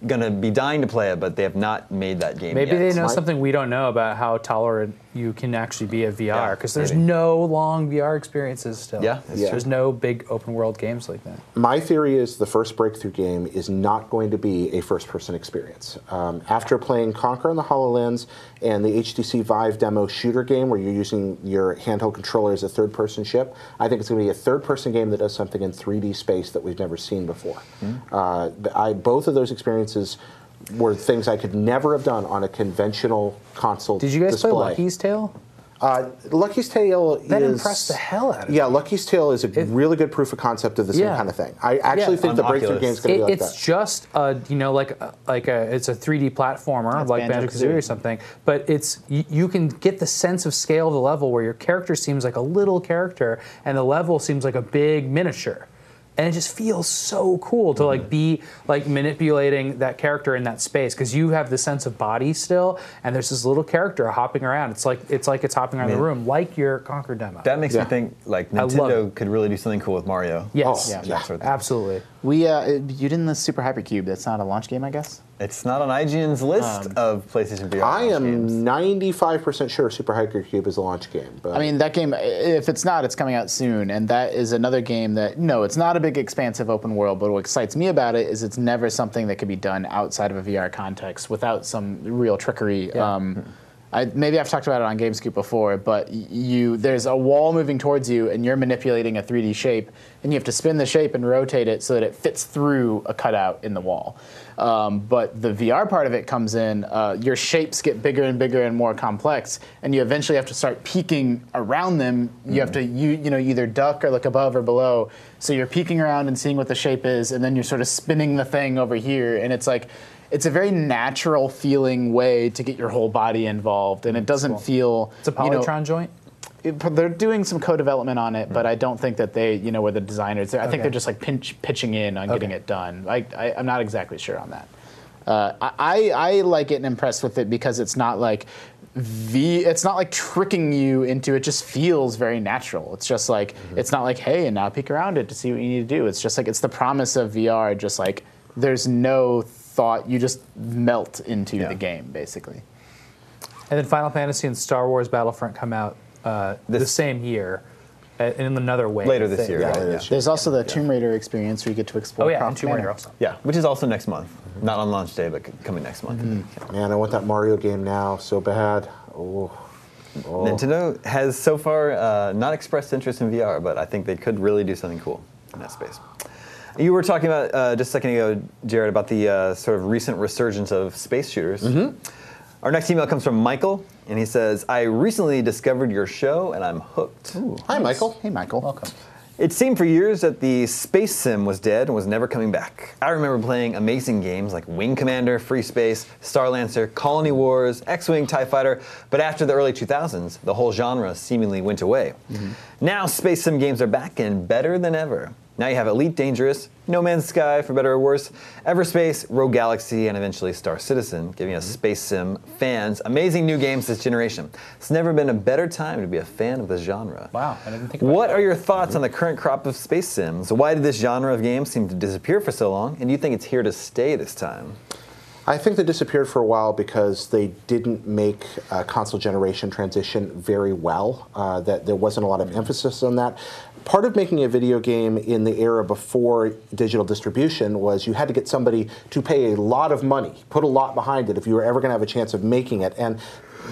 going to be dying to play it, but they have not made that game
Maybe
yet.
they know
Right.
something we don't know about how tolerant you can actually be of VR
Yeah,
because there's
maybe.
no long VR experiences still.
Yeah, that's
Yeah. true.
There's no big open world games like that.
My theory is the first breakthrough game is not going to be a first person experience. Um, after playing Conquer in the HoloLens and the HTC Vive demo shooter game where you're using your handheld controller as a third person ship, I think it's going to be a third person game that does something in 3D space that we've never seen before.
Mm-hmm.
Uh, I, both of those experiences were things I could never have done on a conventional console
Did you guys
display.
play Lucky's Tale?
Uh, Lucky's Tale
That
is
impressed the hell out of
Yeah, Lucky's Tale is a really good proof of concept of the same
Yeah.
kind of thing. I actually
Yeah.
think
On
the breakthrough
Oculus.
game's going to be
It-
like
it's
that.
just a you know like a, like a it's a 3D platformer
That's
like Banjo Kazooie
Banjo-Kazooie.
or something, but it's you, you can get the sense of scale of the level where your character seems like a little character and the level seems like a big miniature. And it just feels so cool to
Mm-hmm.
like be like manipulating that character in that space because you have the sense of body still, and there's this little character hopping around. It's like it's like it's hopping around the room, like your Conquer demo.
That makes
Yeah.
me think like
love
Nintendo
it.
could really do something cool with Mario.
yes,
Oh,
And that sort of thing.
absolutely.
We uh, you didn't the Super Hypercube. That's not a launch game, I guess.
It's not on IGN's
Um,
list of PlayStation VR.
I
games.
am 95% sure Super Hypercube Cube is a launch game. But
I mean, that game. If it's not, it's coming out soon, and that is another game that no, it's not a big, expansive open world. But what excites me about it is it's never something that could be done outside of a VR context without some real trickery. Um, I, maybe I've talked about it on GameScoop before, but y- you there's a wall moving towards you, and you're manipulating a 3D shape, and you have to spin the shape and rotate it so that it fits through a cutout in the wall. Um, but the VR part of it comes in. Uh, your shapes get bigger and bigger and more complex, and you eventually have to start peeking around them. You have to
Mm-hmm.
you you know either duck or look above or below. So you're peeking around and seeing what the shape is, and then you're sort of spinning the thing over here, and it's like it's a very natural feeling way to get your whole body involved, and it doesn't feel.
It's a Polytron joint.
You know, it- they're doing some co-development on it, but I don't think that they, you know, were the designers. They're- I think
Hmm. Okay.
they're just like pinch, pitching in on getting
Okay.
it done. I, I, I'm not exactly sure on that. Uh, I, I I like getting impressed with it because it's not like the it's not like tricking you into it. Just feels very natural. It's just like
Mm-hmm.
it's not like hey, and now peek around it to see what you need to do. It's just like it's the promise of VR. Just like there's no thought. You just melt into the game basically.
And then Final Fantasy and Star Wars Battlefront come out uh, the same year uh, in another way.
later this year.
yeah,
right?
it
Yeah.
is.
There's also the Tomb Raider experience where you get to explore.
Oh yeah, and
Croft
Tomb Raider
Manor.
also.
Yeah, which is also next month. Not on launch day, but c- coming next month.
man, I want that Mario game now so bad. Oh.
Nintendo has so far uh, not expressed interest in VR, but I think they could really do something cool in that space. You were talking about uh, just a second ago, Jared, about the uh, sort of recent resurgence of space shooters. Our next email comes from Michael, and he says, "I recently discovered your show, and I'm hooked."
Hi, Michael.
Hey, Michael. Welcome.
It seemed for years that the space sim was dead and was never coming back. I remember playing amazing games like Wing Commander, Free Space, Star Lancer, Colony Wars, X Wing, TIE Fighter, but after the early 2000s, the whole genre seemingly went away.
Mm-hmm.
Now space sim games are back and better than ever. Now you have Elite Dangerous, No Man's Sky, for better or worse, Everspace, Rogue Galaxy, and eventually Star Citizen, giving
Mm-hmm.
us space sim fans amazing new games this generation. It's never been a better time to be a fan of the genre.
Wow, I didn't think about
What are your thoughts on the current crop of space sims? Why did this genre of games seem to disappear for so long? And do you think it's here to stay this time?
I think they disappeared for a while because they didn't make uh, console generation transition very well. Uh, that there wasn't a lot of emphasis on that. Part of making a video game in the era before digital distribution was you had to get somebody to pay a lot of money, put a lot behind it if you were ever going to have a chance of making it, and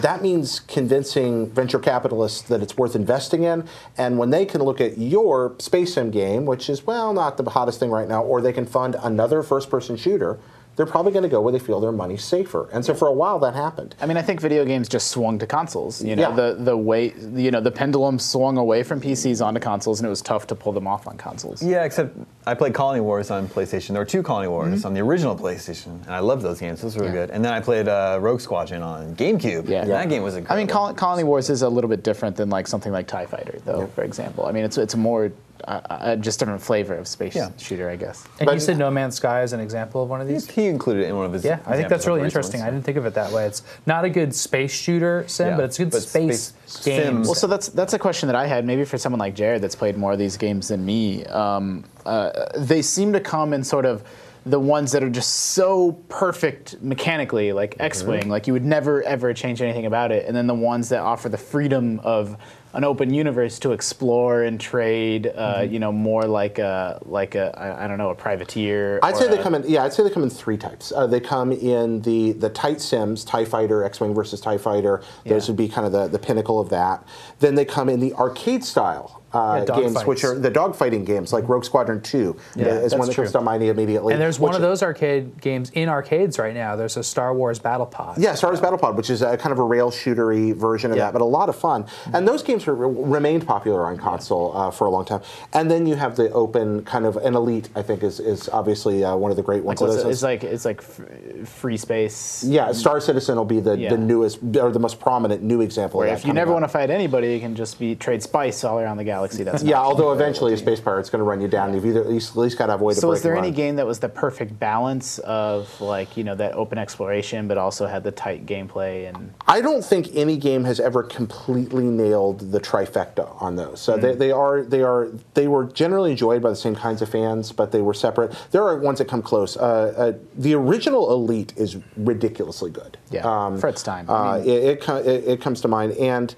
that means convincing venture capitalists that it's worth investing in. And when they can look at your space sim game, which is well not the hottest thing right now, or they can fund another first-person shooter they're probably going to go where they feel their money's safer. And so for a while that happened.
I mean, I think video games just swung to consoles. You know,
Yeah.
the the way you know the pendulum swung away from PCs onto consoles, and it was tough to pull them off on consoles.
Yeah, except I played Colony Wars on PlayStation. There were two Colony Wars on the original PlayStation, and I loved those games. Those were
Yeah.
good. And then I played uh, Rogue Squadron on GameCube.
Yeah.
and
Yeah.
that game was
I
incredible.
mean, Col- Colony Wars is a little bit different than like something like Tie Fighter, though. For example, I mean, it's it's a more uh, uh, just different flavor of space
Yeah.
shooter, I guess.
And
But-
you said No Man's Sky is an example of one of these.
he included it in one of his.
Yeah, I think
examples
that's
of
really
recent
interesting. I
ones.
didn't think of it that way. It's not a good space shooter sim,
Yeah,
but it's a good
but
space,
space
game.
sim.
Well, so that's that's a question that I had. Maybe for someone like Jared that's played more of these games than me, um, uh, they seem to come in sort of the ones that are just so perfect mechanically, like
Mm-hmm.
X-wing, like you would never ever change anything about it, and then the ones that offer the freedom of an open universe to explore and trade, uh,
Mm-hmm.
you know, more like a like a I, I don't know a privateer.
I'd
or
say they
a-
come in. Yeah, I'd say they come in three types. Uh, they come in the the tight sims, Tie Fighter, X Wing versus Tie Fighter. Those
Yeah.
would be kind of the, the pinnacle of that. Then they come in the arcade style uh,
Yeah, dog
games, which
fights.
are the dogfighting games, like Rogue Squadron 2 is one
that's
that comes
true.
to mind immediately.
And there's one
which-
of those arcade games in arcades right now. There's a Star Wars Battle Pod.
Yeah, Star Wars Battlepod, which is a kind of a rail shootery version of
Yeah.
that, but a lot of fun.
Mm-hmm.
And those games are, remained popular on console uh, for a long time. And then you have the open kind of an elite. I think is is obviously uh, one of the great ones.
So
of
it's,
those.
it's like it's like f- free space.
yeah, Star Citizen will be the,
Yeah.
the newest or the most prominent new example.
Where
of that
if you never want to fight anybody, you can just be trade spice all around the galaxy.
[LAUGHS]
That's
Yeah,
not-
although eventually a space pirate's going to run you down. You've either at least, at least got to avoid. a
So,
break
was there
and
any
run.
game that was the perfect balance of like you know that open exploration, but also had the tight gameplay and
I don't think any game has ever completely nailed the trifecta on those. So
Mm.
they, they are they are they were generally enjoyed by the same kinds of fans, but they were separate. There are ones that come close. Uh, uh, the original Elite is ridiculously good.
Yeah, for its time.
Uh,
I mean-
it, it, co- it, it comes to mind and.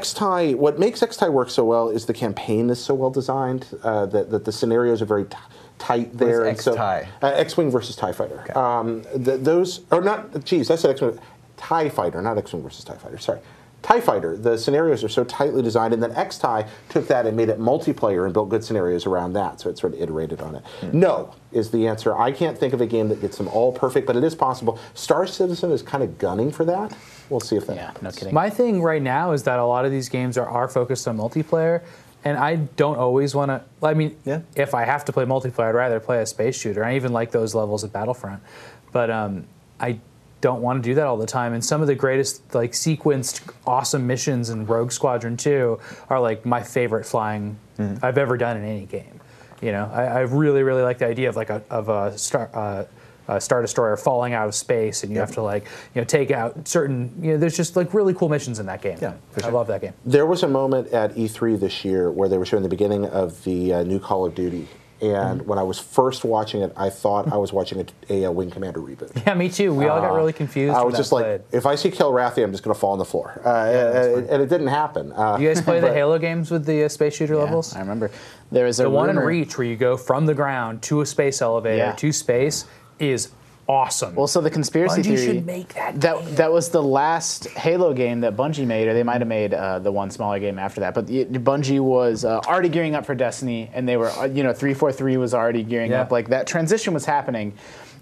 X-Tie, what makes X-Tie work so well is the campaign is so well designed uh, that, that the scenarios are very t- tight there. and so-
X-Tie?
uh, X-wing versus Tie Fighter. Um, th- those or not? Geez, I said X-wing. Tie Fighter, not X-wing versus Tie Fighter. Sorry. Tie Fighter, the scenarios are so tightly designed, and then X Tie took that and made it multiplayer and built good scenarios around that, so it sort of iterated on it.
Hmm.
No is the answer. I can't think of a game that gets them all perfect, but it is possible. Star Citizen is kind of gunning for that. We'll see if that
yeah,
happens.
no kidding.
My thing right now is that a lot of these games are, are focused on multiplayer, and I don't always want to. I mean,
Yeah.
if I have to play multiplayer, I'd rather play a space shooter. I even like those levels at Battlefront, but um, I don't want to do that all the time. And some of the greatest, like sequenced, awesome missions in Rogue Squadron Two are like my favorite flying I've ever done in any game. You know, I, I really, really like the idea of like a of a star. Uh, a star destroyer falling out of space, and you have to like you know take out certain you know. There's just like really cool missions in that game.
Yeah, for
I
sure.
love that game.
There was a moment at E3 this year where they were showing the beginning of the uh, new Call of Duty, and
Mm-hmm.
when I was first watching it, I thought I was watching a, a, uh, Wing Commander
[LAUGHS]
reboot.
Yeah, me too. We all got really confused.
Ah, I
when
was
that
just like,
played.
if I see Kilrathi, I'm just going to fall on the floor, uh, and, and it didn't happen. Uh,
you guys play the Halo games with the uh, space shooter
Yeah,
levels.
I remember there was a
the one in
rumor-
Reach where you go from the ground to a space elevator
Yeah.
to space is awesome.
Well, so the conspiracy
Bungie
theory
should make that game.
that was the last Halo game that Bungie made, or they might have made uh, the one smaller game after that. But the, Bungie was uh, already gearing up for Destiny, and they were, uh, you know, three four three was already gearing
Yeah.
up. Like that transition was happening,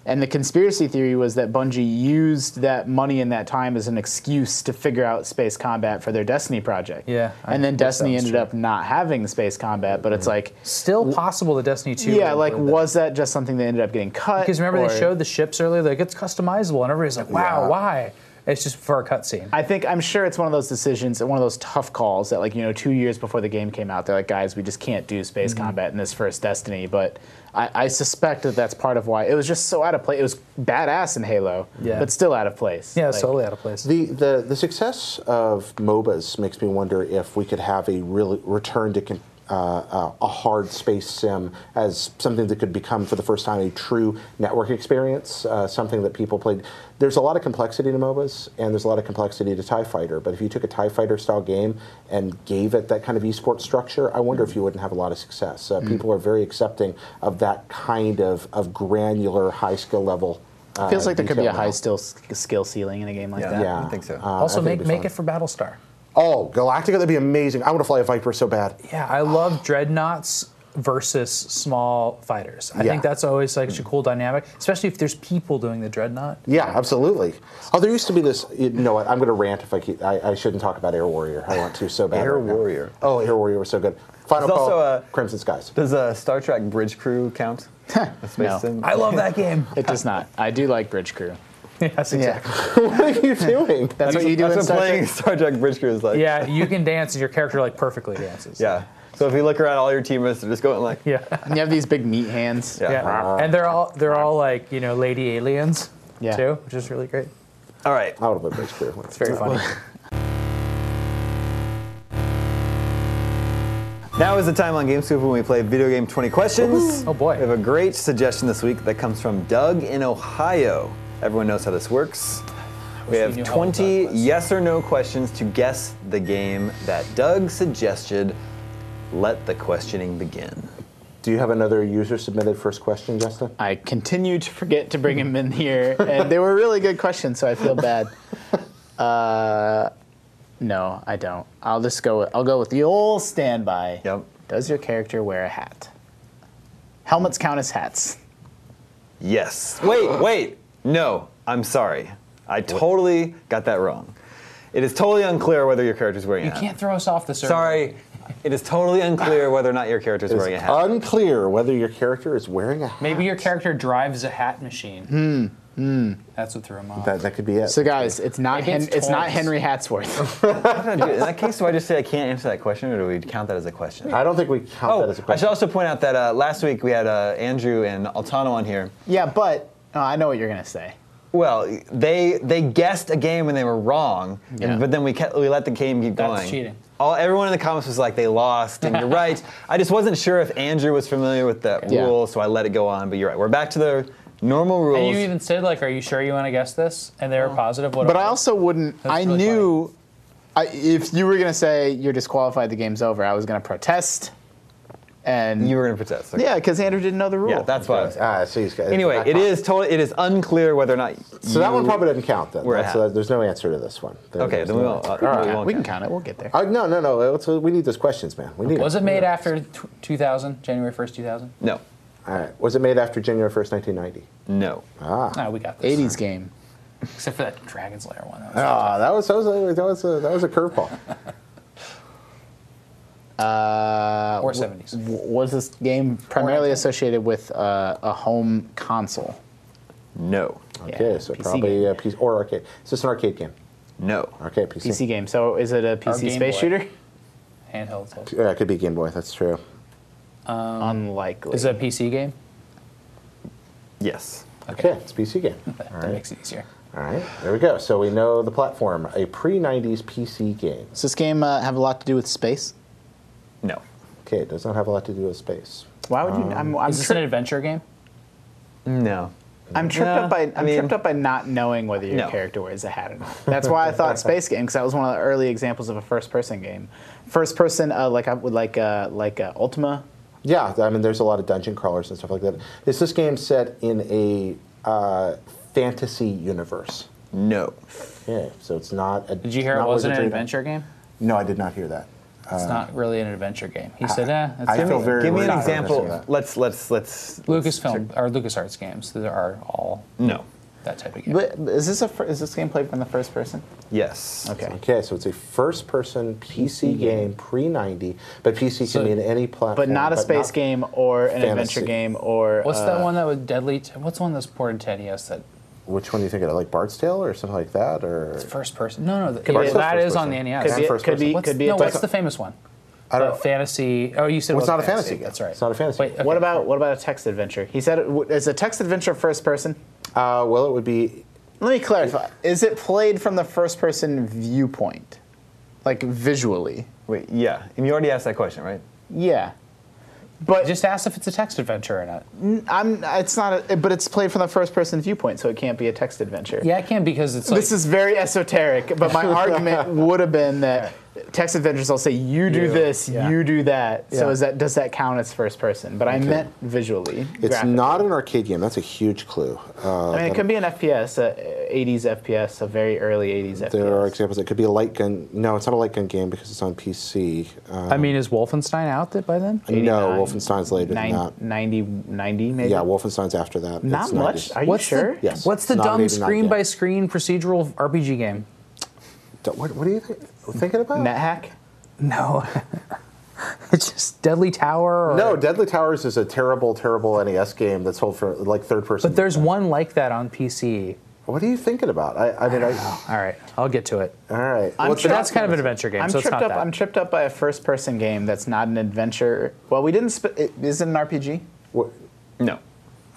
and the conspiracy theory was that Bungie used that money in that time as an excuse to figure out space combat for their Destiny project.
Yeah, I
and then
guess that
Destiny
was
ended
true. Mm-hmm.
up not having space combat, but it's like.
Still possible that Destiny Two.
Yeah,
would
like
include that.
was that just something that ended up getting cut?
because remember they
or-
showed the ships earlier. Like it's customizable, and everybody's like, wow,
Yeah.
why? It's just for a cutscene.
I think I'm sure it's one of those decisions, one of those tough calls that, like you know, two years before the game came out, they're like, guys, we just can't do space combat in this first Destiny. But I, I suspect that that's part of why it was just so out of place. It was badass in Halo,
Yeah.
but still out of place.
Yeah, it's
Like,
totally out of place.
The, the the success of MOBAs makes me wonder if we could have a really return to con- uh, uh, a hard space sim as something that could become for the first time a true network experience, uh, something that people played. There's a lot of complexity to MOBAs, and there's a lot of complexity to Tie Fighter. But if you took a Tie Fighter style game and gave it that kind of esports structure, I wonder if you wouldn't have a lot of success.
Mm.
Uh, People are very accepting of that kind of of granular high skill level. Uh,
feels like there could be a
detail now.
high still skill ceiling in a game like
Yeah,
that.
Yeah.
I think so.
Uh,
also,
I think
make
it'd be
make it
fun.
for Battlestar.
Oh, Galactica, that'd be amazing. I want to fly a Viper so bad.
Yeah, I love dreadnoughts versus small fighters. I
Yeah.
think that's always like such a cool dynamic, especially if there's people doing the dreadnought.
Yeah, absolutely. Oh, there used to be this. You know what? I'm going to rant if I keep. I, I shouldn't talk about Air Warrior. I want to so bad.
Air
right now.
Warrior.
Oh, Air Warrior was so good. Final
There's
call.
also a-
Crimson Skies.
Does uh, Star Trek Bridge Crew [LAUGHS] count? A space
No.
sim?
I love that game.
It does not. I do like Bridge Crew.
[LAUGHS] yes, exactly.
what are you doing?
That's what you do
That's
in
what
Star Trek?
playing Star Trek Bridge Crew is like.
Yeah. you can dance, and your character like perfectly dances.
Yeah. So if you look around, all your teammates are just going like.
[LAUGHS] yeah,
And you have these big meat hands.
Yeah.
yeah. And they're all they're all like you know lady aliens
Yeah.
too, which is really great.
All right.
I would have been Bridge Crew.
It's very funny.
Now is the time on Game Scoop when we play Video Game 20 Questions.
Oh, boy.
We have a great suggestion this week that comes from Doug in Ohio. Everyone knows how this works. We
knew
have
how old
20 yes or no questions to guess the game that Doug suggested. Let the questioning begin.
Do you have another user submitted first question, Justin?
I continue to forget to bring [LAUGHS] him in here, and they were really good questions, so I feel bad. Uh, No, I don't. I'll just go. With, I'll go with the old standby.
Yep.
Does your character wear a hat? Helmets count as hats.
Yes.
[GASPS]
Wait, wait. No, I'm sorry. I totally got that wrong. It is totally unclear whether your character's wearing a
You
hat.
can't throw us off the server. [LAUGHS]
Sorry. It is totally unclear whether or not your character's
It's
wearing a hat.
unclear whether your character is wearing a hat.
Maybe your character drives a hat machine. That's what threw him off.
Hmm, That, that could be it.
So guys, it's not
Maybe
Hen-
it's
it's, not
toys.
Henry [LAUGHS] Hatsworth.
In that case, do I just say I can't answer that question, or do we count that as a question?
I don't think we count that
Oh,
as a
I should
question.
also point out that uh, last week we had uh, Andrew and Altano on here.
yeah, but oh, I know what you're gonna say.
Well, they they guessed a game and they were wrong, and-
Yeah.
but then we kept, we let the game keep
That's
going.
cheating.
All everyone in the comments was like, they lost, and you're right. I just wasn't sure if Andrew was familiar with that
Yeah.
rule, so I let it go on. But you're right. We're back to the normal
And
rules.
you even said like, "Are you sure you want to guess this?" And they were positive. What?
But
it
I
was.
also wouldn't.
That's
I
really
knew I, if you were gonna say you're disqualified, the game's over. I was gonna protest, and
You were going to protest. okay.
yeah, because Andrew didn't know the rule.
Yeah, that's why. I was-
Ah, so he's got-
Anyway, it is totally it is unclear whether or not.
So that one probably doesn't count then.
We're a
That's-
hat.
uh, there's no answer to this one. There-
Okay,
there's
then we
no
won't.
answer.
Uh,
we,
we
can,
won't
we can
count.
count it. We'll get there.
Uh, no, no, no. it's- uh, we need those questions, man. We need.
was it
them.
made after t- 2000, January 1st, 2000?
No,
All right. Was it made after January 1st, 1990?
no.
Ah,
No, we got this.
80s game.
Except for that Dragon's Lair one. That was
Ah, that was that was a, that was a, that was
[LAUGHS]
a curveball.
Uh,
Or 70s.
w- was this game primarily associated with uh, a home console?
No.
Okay, so
PC
probably
game.
a piece or arcade. It's just an arcade game.
No.
Arcade PC.
PC game. So is it a PC
Game
space
Boy.
shooter?
handheld. so-
Yeah, it could be Game Boy. That's true.
[LAUGHS] Unlikely.
Is it a PC game?
Yes.
Okay, it's a
[LAUGHS]
PC game.
That, that makes it easier.
All right, there we go. So we know the platform, a pre-90s PC game.
Does this game uh, have a lot to do with space?
No.
Okay, it does not have a lot to do with space.
Why would you?
Um,
I'm, I'm,
Is this
tri-
an adventure game?
No.
I'm tripped
Yeah,
up by
I
I'm
mean-
tripped up by not knowing whether your
No.
character wears a hat or not. That's
[LAUGHS]
why I thought space game because that was one of the early examples of a first-person game. First-person, uh, like I would like uh, like uh, Ultima.
Yeah, I mean, there's a lot of dungeon crawlers and stuff like that. Is this game set in a uh, fantasy universe?
No.
Yeah, so it's not. A,
Did you hear it
not
wasn't an
Wizardry.
adventure game?
No, I did not hear that.
It's not really an adventure game. He said, eh, that's not
I feel
really-
very.
Give me an
weird
example.
about that.
Let's let's let's.
Lucasfilm or LucasArts games that are all
Mm.
No.
that type of game.
But is this a fir- is this game played from the first person?
Yes.
Okay.
Okay, so it's a first-person PC,
Mm-hmm.
game, pre-90, but PC can mean any platform.
But not a space
not-
game or an
fantasy.
adventure game or
What's
uh,
that one that was Deadly? T- what's the one that's ported to NES that
Which one do you think of? Like Bard's Tale or something like that, or
first person? No, no, the,
be-
it- that
first
is on the E
person.
NES.
could be,
first
could be,
person.
What's,
could be
no,
a
what's
first-
the famous one?
I don't
The fantasy. Oh, you said it
Well,
wasn't
it's not a fantasy game.
That's right.
It's not a fantasy
Wait,
game.
okay.
What about what about a text adventure? He said it w- is a text adventure first person.
Uh, well, it would be.
Let me clarify. Is it played from the first person viewpoint? Like visually?
Wait. Yeah. And you already asked that question, right?
Yeah. But
Just ask if it's a text adventure or not.
I'm it's not a, but it's played from the first person viewpoint, so it can't be a text adventure.
Yeah, I can because it's like
This is very esoteric, but [LAUGHS] my argument would have been that text adventures will say you do
You,
this,
yeah.
you do that. So
Yeah.
is that does that count as first person? But I meant visually.
It's
graphically.
not an arcade game. That's a huge clue. Uh,
I mean, it could be an FPS, a 80s FPS, a very early 80s
there are
FPS.
examples. It could be a light gun. No, it's not a light gun game because it's on PC. Uh,
I mean, is Wolfenstein out that by then?
no,
89.
Wolfenstein's later
Nine-
than that.
90, 90 maybe.
Yeah, Wolfenstein's after that.
Not
It's
much.
90s.
Are you sure?
The,
Yes.
What's the
Not an
dumb
89
screen
game.
by screen procedural RPG game?
D- What, what are you thi- thinking about?
NetHack?
[LAUGHS] No. [LAUGHS] it's just Deadly Tower. Or,
no, Deadly Towers is a terrible, terrible NES game that's sold for like third person.
But there's one like that on PC.
What are you thinking about? I, I
[SIGHS]
mean, I,
All right, I'll get to it.
all right.
I'm
What's
But
sure-
the-
that's kind of an adventure game,
I'm
so it's
tripped
not
up.
that.
I'm tripped up by a first-person game that's not an adventure. Well, we didn't. Sp- it, is it an RPG?
what-
No.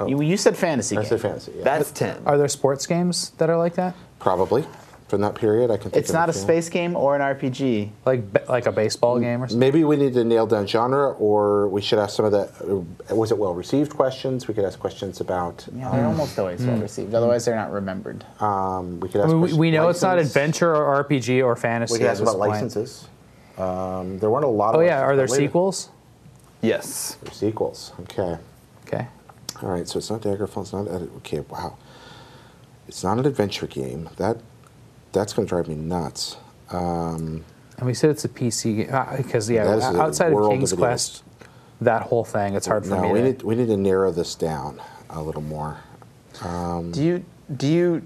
You, you said fantasy
Oh. I
game.
said fantasy. Yeah.
That's ten.
Are there sports games that are like that?
Probably from that period. I can. Think
it's
of
not a
few.
space game or an RPG.
Like ba- like a baseball game or something?
Maybe we need to nail down genre, or we should ask some of the uh, was it well received questions. We could ask questions about.
Yeah, they're almost always well received. Otherwise, they're not remembered.
Hmm. Um, we could ask.
I mean, we,
questions-
we know it's not
license.
adventure or RPG or fantasy.
We could
at
ask
this
about
point.
licenses. Um, there weren't a lot.
Oh
of
yeah,
licenses,
are there
but later-
sequels?
Yes.
There's sequels. Okay.
Okay.
All right. So it's not Daggerfall. It's not. Okay. Wow. It's not an adventure game. That that's going to drive me nuts. Um,
And we said it's a PC game because yeah,
That is the
outside of
world
King's
of it
Quest, that whole thing, it's hard for
no,
me.
we
to,
need we need to narrow this down a little more.
Do you do you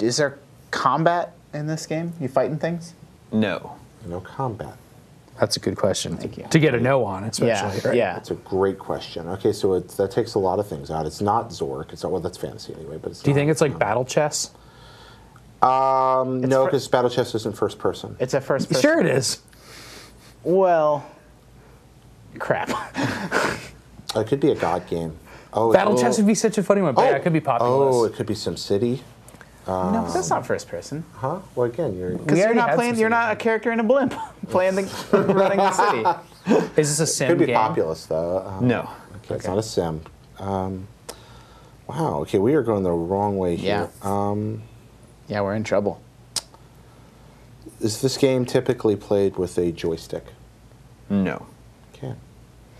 is there combat in this game? You fighting things?
No.
No combat.
that's a good question.
Thank you.
To get a no on, especially.
yeah,
right?
yeah.
That's a great question. Okay, so it's, that takes a lot of things out. It's not Zork. It's not well, that's fantasy anyway. But it's
Do you
not-
think it's like battle chess?
Um,
fir-
no, because Battle Chess isn't first person.
It's a first person.
Sure, it is.
Well, crap.
It could be a god game. Oh, it's-
Battle chess would be such a funny one, but yeah, it could be populous.
Oh, it could be SimCity.
no, but that's not first person.
Huh? Well, again, you're.
Because you're
already
not
had
playing.
some
You're not a character in a blimp [LAUGHS] playing the running the city.
Is this a sim
Could be
game?
populous though. Um,
No.
okay, it's not a sim. Um, wow. Okay, we are going the wrong way here.
Yeah.
Um,
Yeah, we're in trouble.
is this game typically played with a joystick?
No.
Okay.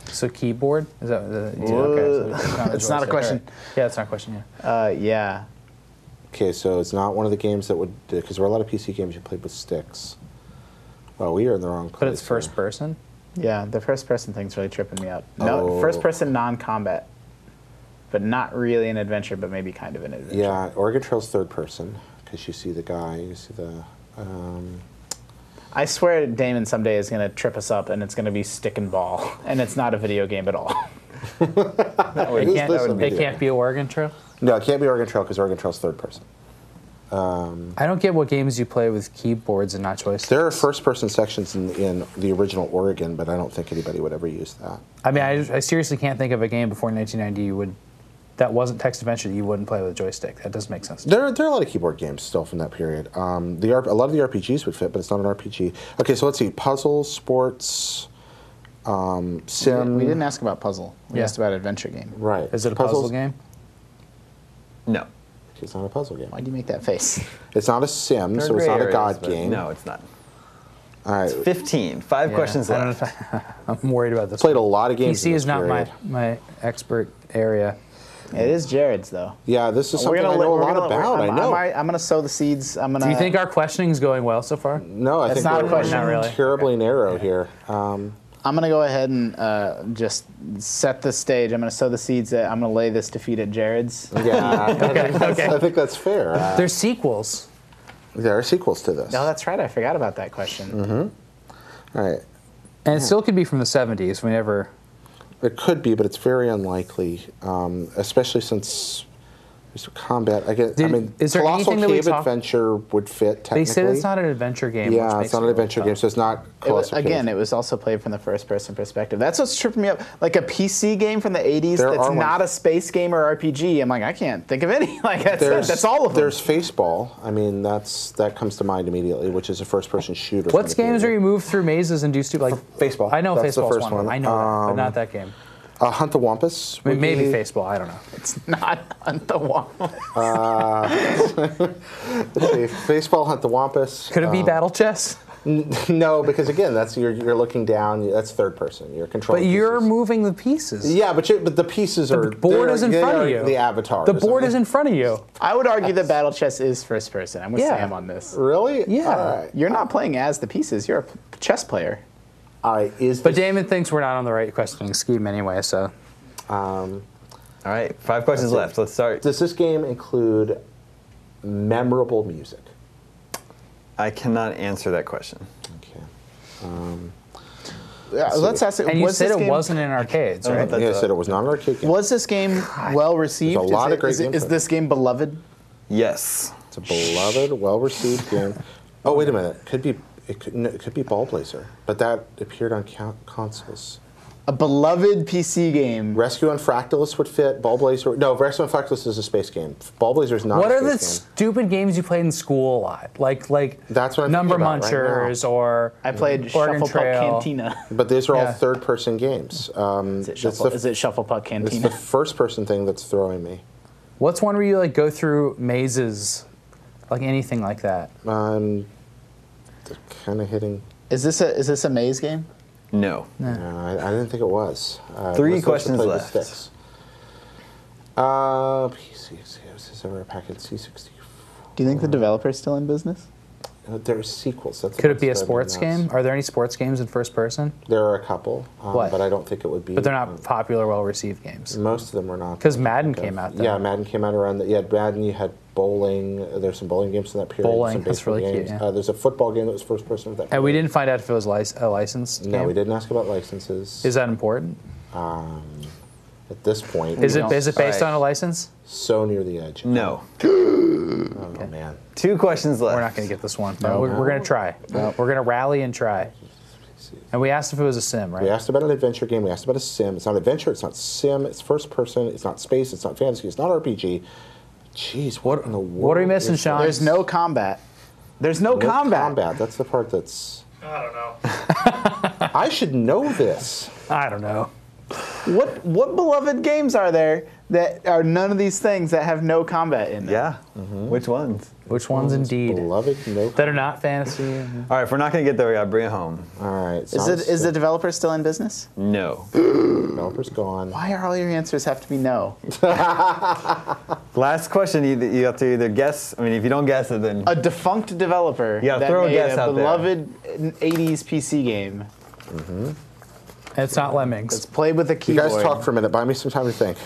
So keyboard? Is that the, yeah,
Whoa.
okay, so the
[LAUGHS] It's not a
joystick,
question.
alright. Yeah, it's not a question. Yeah.
Uh, yeah.
Okay, so it's not one of the games that would because there are a lot of PC games you played with sticks. Well, we are in the wrong place.
But it's first
here.
person.
Yeah, the first person thing's really tripping me up. No,
Oh.
first person non combat, but not really an adventure, but maybe kind of an adventure.
Yeah, Oregon Trail's third person because you see the guy, you see the. Um,
I swear Damon someday is going to trip us up and it's going to be stick and ball, [LAUGHS] and it's not a video game at all.
Oh, It
who's
can't,
listening
it
to
can't
it?
be a Oregon Trail.
No, it can't be Oregon Trail because Oregon Trail's third person.
I don't get what games you play with keyboards and not joysticks.
There are first-person sections in, in the original Oregon, but I don't think anybody would ever use that.
I mean, I, I seriously can't think of a game before 1990 you would that wasn't text adventure that you wouldn't play with a joystick. That doesn't make sense.
There, are- there are a lot of keyboard games still from that period. Um, the R- a lot of the RPGs would fit, but it's not an RPG. Okay, so let's see: puzzles, sports, um,
[LAUGHS]
sim.
we didn't ask about puzzle, we
Yeah.
asked about adventure game.
Right.
Is it a puzzle
Puzzles-
game?
No.
It's not a puzzle game.
Why do you make that face?
It's not a sim,
There are
so it's
gray
not a
areas,
god
but
game.
No, it's not.
All right.
15. Five questions
I don't know
left.
if I, I'm worried about this.
Played a
one.
lot of games.
PC
in
is
this
not my,
period.
my expert area.
It is Jared's, though.
Yeah, this is something I
let-
know a lot
gonna let-
about. I
I'm,
know.
I'm, I'm going to sow the seeds. I'm going to.
Do you think our questioning is going well so far?
no, I
That's
think
not a
we're
question. Not
really.
terribly narrow here. Um,
I'm gonna go ahead and uh, just set the stage. I'm gonna sow the seeds. That I'm gonna lay this defeat at
[LAUGHS]
Jared's.
yeah,
[LAUGHS]
I,
[LAUGHS]
think that's, I think that's fair. Uh,
There's sequels.
there are sequels to this.
No, Oh, that's right. I forgot about that question.
Mm-hmm. All right.
And it
Hmm.
still could be from the 70s. We never.
It could be, but it's very unlikely, um, especially since there's combat. I, get, I
Did-
mean,
is there
Colossal
anything that we
Cave
talk-
Adventure would fit technically.
They said it's not an adventure game.
Yeah,
which
it's
makes
not
me
an
really
adventure game,
tough.
so it's not
It was,
Colossal Cave.
again, it was also played from the first-person perspective. That's what's tripping me up. Like a PC game from the '80s
There
that's
are
not
ones.
a space game or RPG. I'm like, I can't think of any. [LAUGHS] Like that's it. That's all of them.
There's Faceball. I mean, that's that comes to mind immediately, which is a first-person shooter. from
What's
the
games where you
period.
move through mazes and do stupid like
Faceball.
I know
That's the
Faceball's
first
one. of them.
one.
I know that, but
Um,
not that game.
Uh, Hunt the Wampus.
I mean,
would
maybe
be-
Faceball. I don't know.
It's not [LAUGHS] on the
[LAUGHS]
wall.
let's see, [LAUGHS] Faceball, Hunt the Wampus. Uh,
Could it be Um, Battle Chess?
no, because again, that's you're, you're looking down. That's third person. You're
But
controlling.
you're
pieces.
moving the pieces.
Yeah, but you but the pieces are
The board
they are-
is in
they
front of
are
you.
The avatar.
The board is in front of you.
I would argue that Battle Chess is first-person. I'm with
Yeah.
Sam on this.
Really?
Yeah.
All right.
You're not playing as the pieces. You're a p- chess player.
All right. Is
But
this,
Damon thinks we're not on the right questioning scheme anyway, so
um,
All right. Five questions
That's it.
left. Let's start.
does this game include memorable music?
I cannot answer that question.
Okay. Um,
Yeah, let's ask it.
And you
was
said
this
it
game-
wasn't in arcades, right?
Yeah, I said it was not an arcade game.
Was this game
[SIGHS]
well received?
There's a lot
is
of great
is
games
Is
out
this game beloved?
Yes.
It's a beloved,
[LAUGHS]
well-received game. Oh, wait a minute. Could be it could, no, it could be Ball Blazer, but that appeared on co- consoles.
A beloved PC game.
Rescue on Fractalus would fit. Ball Blazer. No, Rescue on Fractalus is a space game. Ball Blazer is not.
What
a
are the
space
stupid games you played in school a lot? Like like
That's what I'm
number
thinking about right
munchers
now.
or
I played
Mm-hmm. Oregon
Shuffle Puck
Trail.
Cantina. [LAUGHS]
game. But these are all
Yeah.
third-person games. Um,
Is it
that's
Shuffle,
the,
is it Shuffle Puck
it's
Cantina?
the first-person thing that's throwing me.
What's one where you like go through mazes, like anything like that?
I'm kind of hitting.
Is this a is this a maze game?
No.
No, I, I didn't think it was. Uh,
Three
Wizards
questions
played with
left.
sticks. Uh, PC, is this ever a packet C64? Mm.
Do you think the developer's still in business?
Uh, There's sequels. That's
Could it be a sports game? Are there any sports games in first person?
There are a couple, um,
What?
but I don't think it would be. um,
But they're not popular, well received games.
Most of them were not.
'Cause Madden came out then.
Yeah, Madden came out around. The, yeah, Madden. You had bowling. There's some bowling games in that period.
Bowling,
Some
that's
baseball
really cute,
games.
yeah.
Uh, there's a football game that was first person with that.
And we
period.
didn't find out if it was lic- a licensed
No,
game.
we didn't ask about licenses.
Is that important?
um, at this point,
Is it
don't-
is it based
Alright.
on a license?
so near the edge?
No.
Oh man.
Two questions left.
We're not going to get this one. but we're, we're going to try. We're going to rally and try. And we asked if it was a sim, right?
We asked about an adventure game. We asked about a sim. It's not adventure. It's not sim. It's first person. It's not space. It's not fantasy. It's not RPG. Jeez, what in the world?
What are we missing,
is
Sean?
There's no combat. There's no,
No
combat.
Combat. That's the part that's.
I don't know.
I should know this.
I don't know.
What what beloved games are there that are none of these things that have no combat in them?
Yeah. Which ones?
Which ones indeed?
Beloved, no.
That are not fantasy.
All right, if we're not going to get there, we got to bring it home.
All right. it's
Is
not a
it is the
sim.
developer still in business?
Mm.
No.
developer's gone?
Why are all your answers have to be no?
Last question. You, you have to either guess. I mean, if you don't guess it, then
A defunct developer
Yeah,
that
throw a
made
guess out there.
beloved 80s PC game
It's not lemmings.
that's played with a
You
keyboard.
guys talk for a minute. Buy me some time to think.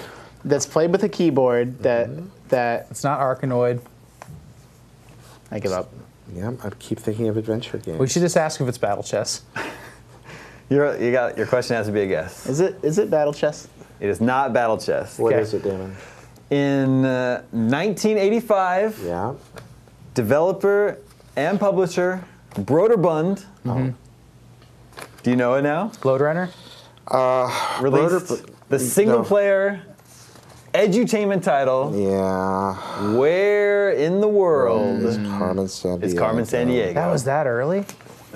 that's played with a keyboard that
Mm-hmm.
that
It's not Arkanoid.
I give up.
Yeah, I keep thinking of adventure games.
We should just ask if it's battle chess.
you're, you got your question has to be a guess.
Is it is it battle chess?
It is not battle chess.
What
okay.
is it, Damon?
In uh, 1985,
Yeah.
developer and publisher Broderbund.
Mm-hmm.
Oh.
Do you know it now?
Load Runner.
Released
Broder-
the single-player edutainment title.
Yeah.
Where in the world
It's Carmen Sandiego.
is Carmen Sandiego?
That was that early.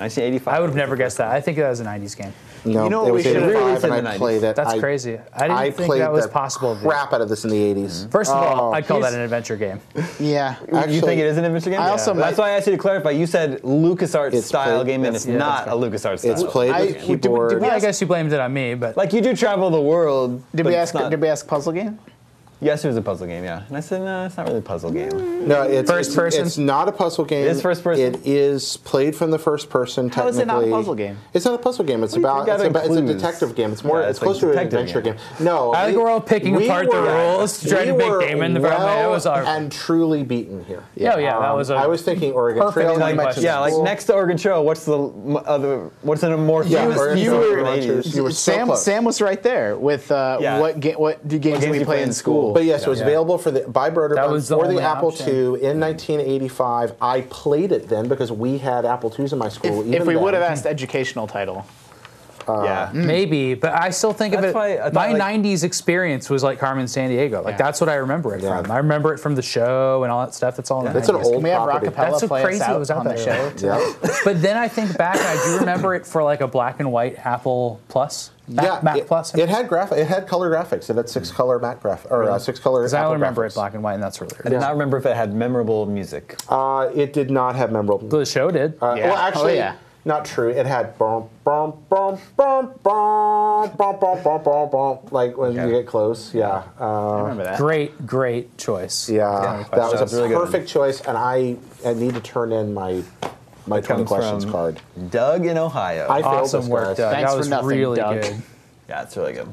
1985.
I would have never guessed that. I think that was a '90s game.
No,
You know what
it
we
was
should have-
85 and
Released in
I
the
played it.
That's
I-
crazy. I didn't
I
think
played
that was
the
possible. of you.
crap out of this in the 80s.
First of all, I'd call
he's-
that an adventure game.
Yeah.
Actually,
you think it is an adventure game?
I also
That's
might-
why I asked you to clarify. You said LucasArts
It's
style
played-
game, and
that's-
it's
yeah,
not a
that's
LucasArts style.
It's played
I-
with
did we- did
keyboard.
Well, I guess you blamed it on me, but
Like you do travel the world.
Did we
but it's
ask
Not,
did we ask puzzle game?
yes, it was a puzzle game. Yeah, and I said no, it's not really a puzzle game.
No, it's
First
it's,
person?
It's not a puzzle game.
is first person.
It is played from the first person.
How is
technically,
it not a puzzle game?
It's not a puzzle game. It's
do you
about
think
it's,
that
about it's a
includes?
detective game. It's more.
Yeah,
it's
it's like
closer to an
detective
adventure
game.
game. No,
I think
we-
we're all picking
we
apart the
were-
rules to try to
we
make
were
Damon the
well
problem. It was our-
and truly beaten here.
Yeah, yeah, that was a
I was thinking Oregon
perfect
Trail.
nine
you
questions.
mentioned
Yeah, like
school.
next to Oregon Trail, what's the m- other? What's an more
Yeah,
famous
Oregon
piece
Trail
of
Road
related-
Launchers. You were so
Sam
close.
Sam was right there with uh,
Yeah.
what ga- what do games,
games
we
you
play in school.
But yeah, so it's available for the by Broder
That
Bun
was the
for the
only
Apple
option.
II in 1985. I played it then because we had Apple IIs in my
if,
school.
if
even
we
then.
would
Hmm.
have asked educational title,
Yeah.
Ah.
hmm.
Maybe, but I still think of
That's
it.
why I thought,
my
like-
'90s experience was like Carmen San Diego. Like
Yeah.
that's what I remember it
Yeah.
from. I remember it from the show and all that stuff. That's all. in the
That's an
90s.
old
can we have
property.
Rockapella
That's so
play us
crazy it
out
was out
on the
there.
show?
Yeah.
But then I think back, and I do remember it for like a black and white Apple Plus, Mac,
yeah,
Mac
it,
Plus.
It had graph. It had color graphics. It had six color Mac graph or uh, six color.
because I
Apple
don't remember
graphics.
it black and white, and that's really
I
weird.
did not remember if it had memorable music.
Uh, it did not have memorable.
The show did.
Uh, Well,
Oh,
actually,
yeah.
not true. It had bum bum bum bum bum bum bum bum bum bum. Like when you get close, yeah. Uh,
I remember that.
great, great choice.
Yeah, that was
That's
a
really good.
perfect choice, and I, I need to turn in my my twenty
comes
questions
from-
card.
Doug in Ohio.
I failed
Awesome
this,
work,
guys.
Doug.
Thanks
that
for
was
nothing,
really
Doug.
good.
yeah, it's really good.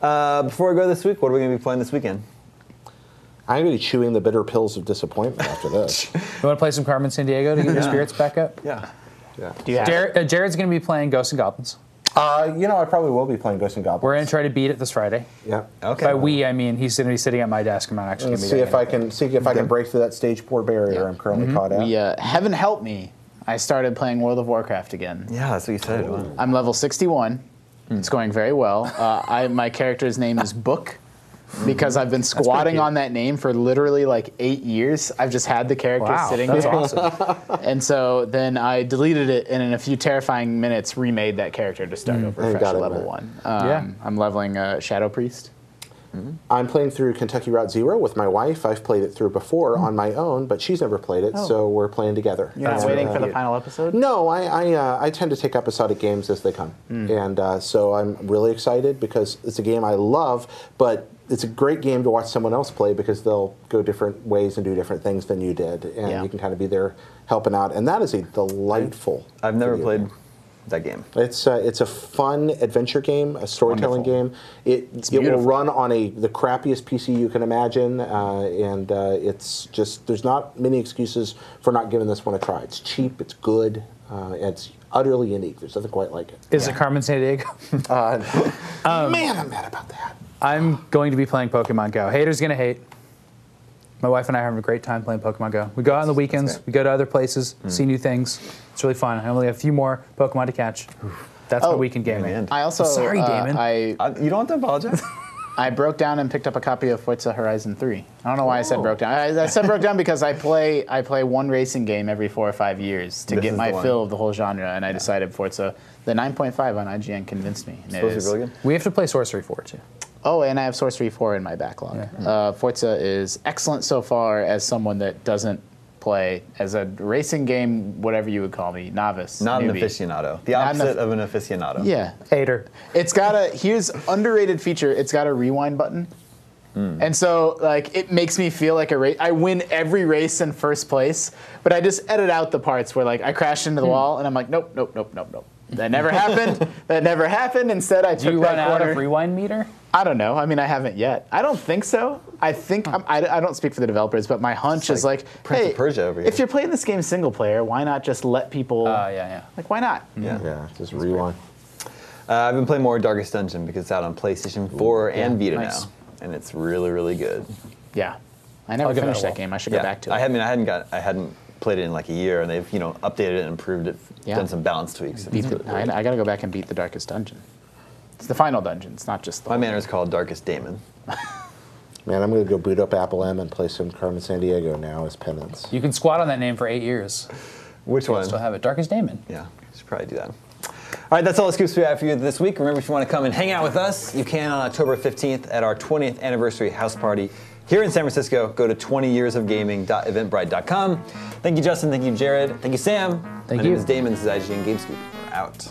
Uh, before I go this week, what are we going to be playing this weekend?
I'm going to be chewing the bitter pills of disappointment after this.
You want to play some Carmen San Diego to get your spirits back up?
Yeah.
yeah.
Do you have
Jared, uh, Jared's going to be playing Ghosts and Goblins.
[LAUGHS] Uh, you know, I probably will be playing Ghosts and Goblins.
We're going to try to beat it this Friday.
Yeah.
Okay.
By we, I mean he's going to be sitting at my desk. I'm not actually going
Let's
to be
see
doing
if I
anything.
can see if I can break through that stage four barrier
Yeah.
I'm currently caught at.
We, uh, heaven help me. I started playing World of Warcraft again.
Yeah, that's what you said. Wow.
I'm level 61.
Hmm.
It's going
[LAUGHS]
very well. Uh, I, my character's name is Book because I've been squatting
cute.
on that name for literally like eight years. I've just had the character
Wow,
sitting
that's
there.
awesome.
[LAUGHS] And so then I deleted it and in a few terrifying minutes remade that character to
Hmm.
start over
Hey,
fresh
got it,
level
man.
one. Um,
Yeah.
I'm leveling uh, Shadow Priest.
I'm playing through Kentucky Route Zero with my wife. I've played it through before on my own, but she's never played it, so we're playing together.
You're not
And,
waiting
uh,
for the final episode? Hmm.
No, I I, uh, I tend to take episodic games as they come, and uh, so I'm really excited because it's a game I love, but it's a great game to watch someone else play because they'll go different ways and do different things than you did, and
Yeah.
you can kind of be there helping out. And that is a delightful.
I've never
video
played
game.
that game.
It's a, it's a fun adventure game, a storytelling
Wonderful.
game. It it will run on a the crappiest PC you can imagine, uh, and uh, it's just there's not many excuses for not giving this one a try. It's cheap, it's good, uh, and it's utterly unique. There's nothing quite like it.
Is it Carmen Sandiego?
Man, I'm mad about that.
[LAUGHS] I'm going to be playing Pokemon Go. Haters gonna hate. My wife and I are having a great time playing Pokemon Go. We go out on the weekends.
great.
We go to other places,
Mm.
see new things. It's really fun. I only have a few more Pokemon to catch. That's my
Oh,
weekend gaming.
man.
I also
Sorry,
uh,
Damon.
I
Uh, you don't have to apologize.
[LAUGHS] I broke down and picked up a copy of Forza Horizon 3. I don't know why I said broke down. I, I said broke down because I play I play one racing game every four or five years to
This
get
is
my
the one.
fill of the whole genre, and I decided Forza. The 9.5 on IGN convinced me. and it
Supposed to be
is-
really good.
We have to play Sorcery 4 too.
Oh, and I have Sorcery 4 in my backlog. Uh, Forza is excellent so far as someone that doesn't play as a racing game, whatever you would call me, novice,
Not an
newbie.
aficionado. The
Not an
opposite
af-
of an aficionado.
Yeah,
Hater.
it's got a here's underrated feature. It's got a rewind button.
Hmm.
And so, like, it makes me feel like a race. I win every race in first place, but I just edit out the parts where, like, I crash into the
Hmm.
wall and I'm like, nope, nope, nope, nope, nope. That never
[LAUGHS]
happened. That never happened. Instead, I
Do
took
you
that
run out
corner.
of rewind meter?
I don't know. I mean, I haven't yet. I don't think so. I think I'm, I, I don't speak for the developers, but my hunch
It's
is
like
like,
Prince of
hey,
Persia over
if
here.
you're playing this game single player, why not just let people?
Oh, yeah, Hmm.
Like, why not?
Yeah.
Yeah, just rewind.
Uh, I've been playing more Darkest Dungeon because it's out on PlayStation 4 and Vita
nice.
now, and it's really, really good.
Yeah. I never
I'll give that
finished
a
that
whirl.
game. I should go back to it.
I mean, I hadn't got, I hadn't played it in like a year, and they've you know updated it and improved it,
Yeah.
done some balance tweaks. It's
beat the,
really
I,
good.
I gotta go back and beat the darkest dungeon. It's the final dungeon. It's not just the.
My manor is called Darkest Daemon.
Man, I'm going to go boot up Apple M and play some Carmen San Diego now as penance.
You can squat on that name for eight years.
Which one?
Still have it. Darkest Damon.
Yeah, should probably do that. All right, that's all the scoops we have for you this week. Remember, if you want to come and hang out with us, you can on October 15th at our 20th anniversary house party here in San Francisco. Go to 20yearsofgaming.eventbrite.com. Thank you, Justin. Thank you, Jared. Thank you, Sam.
Thank
My name
you.
is Damon. This is IGN Game Scoop. We're out.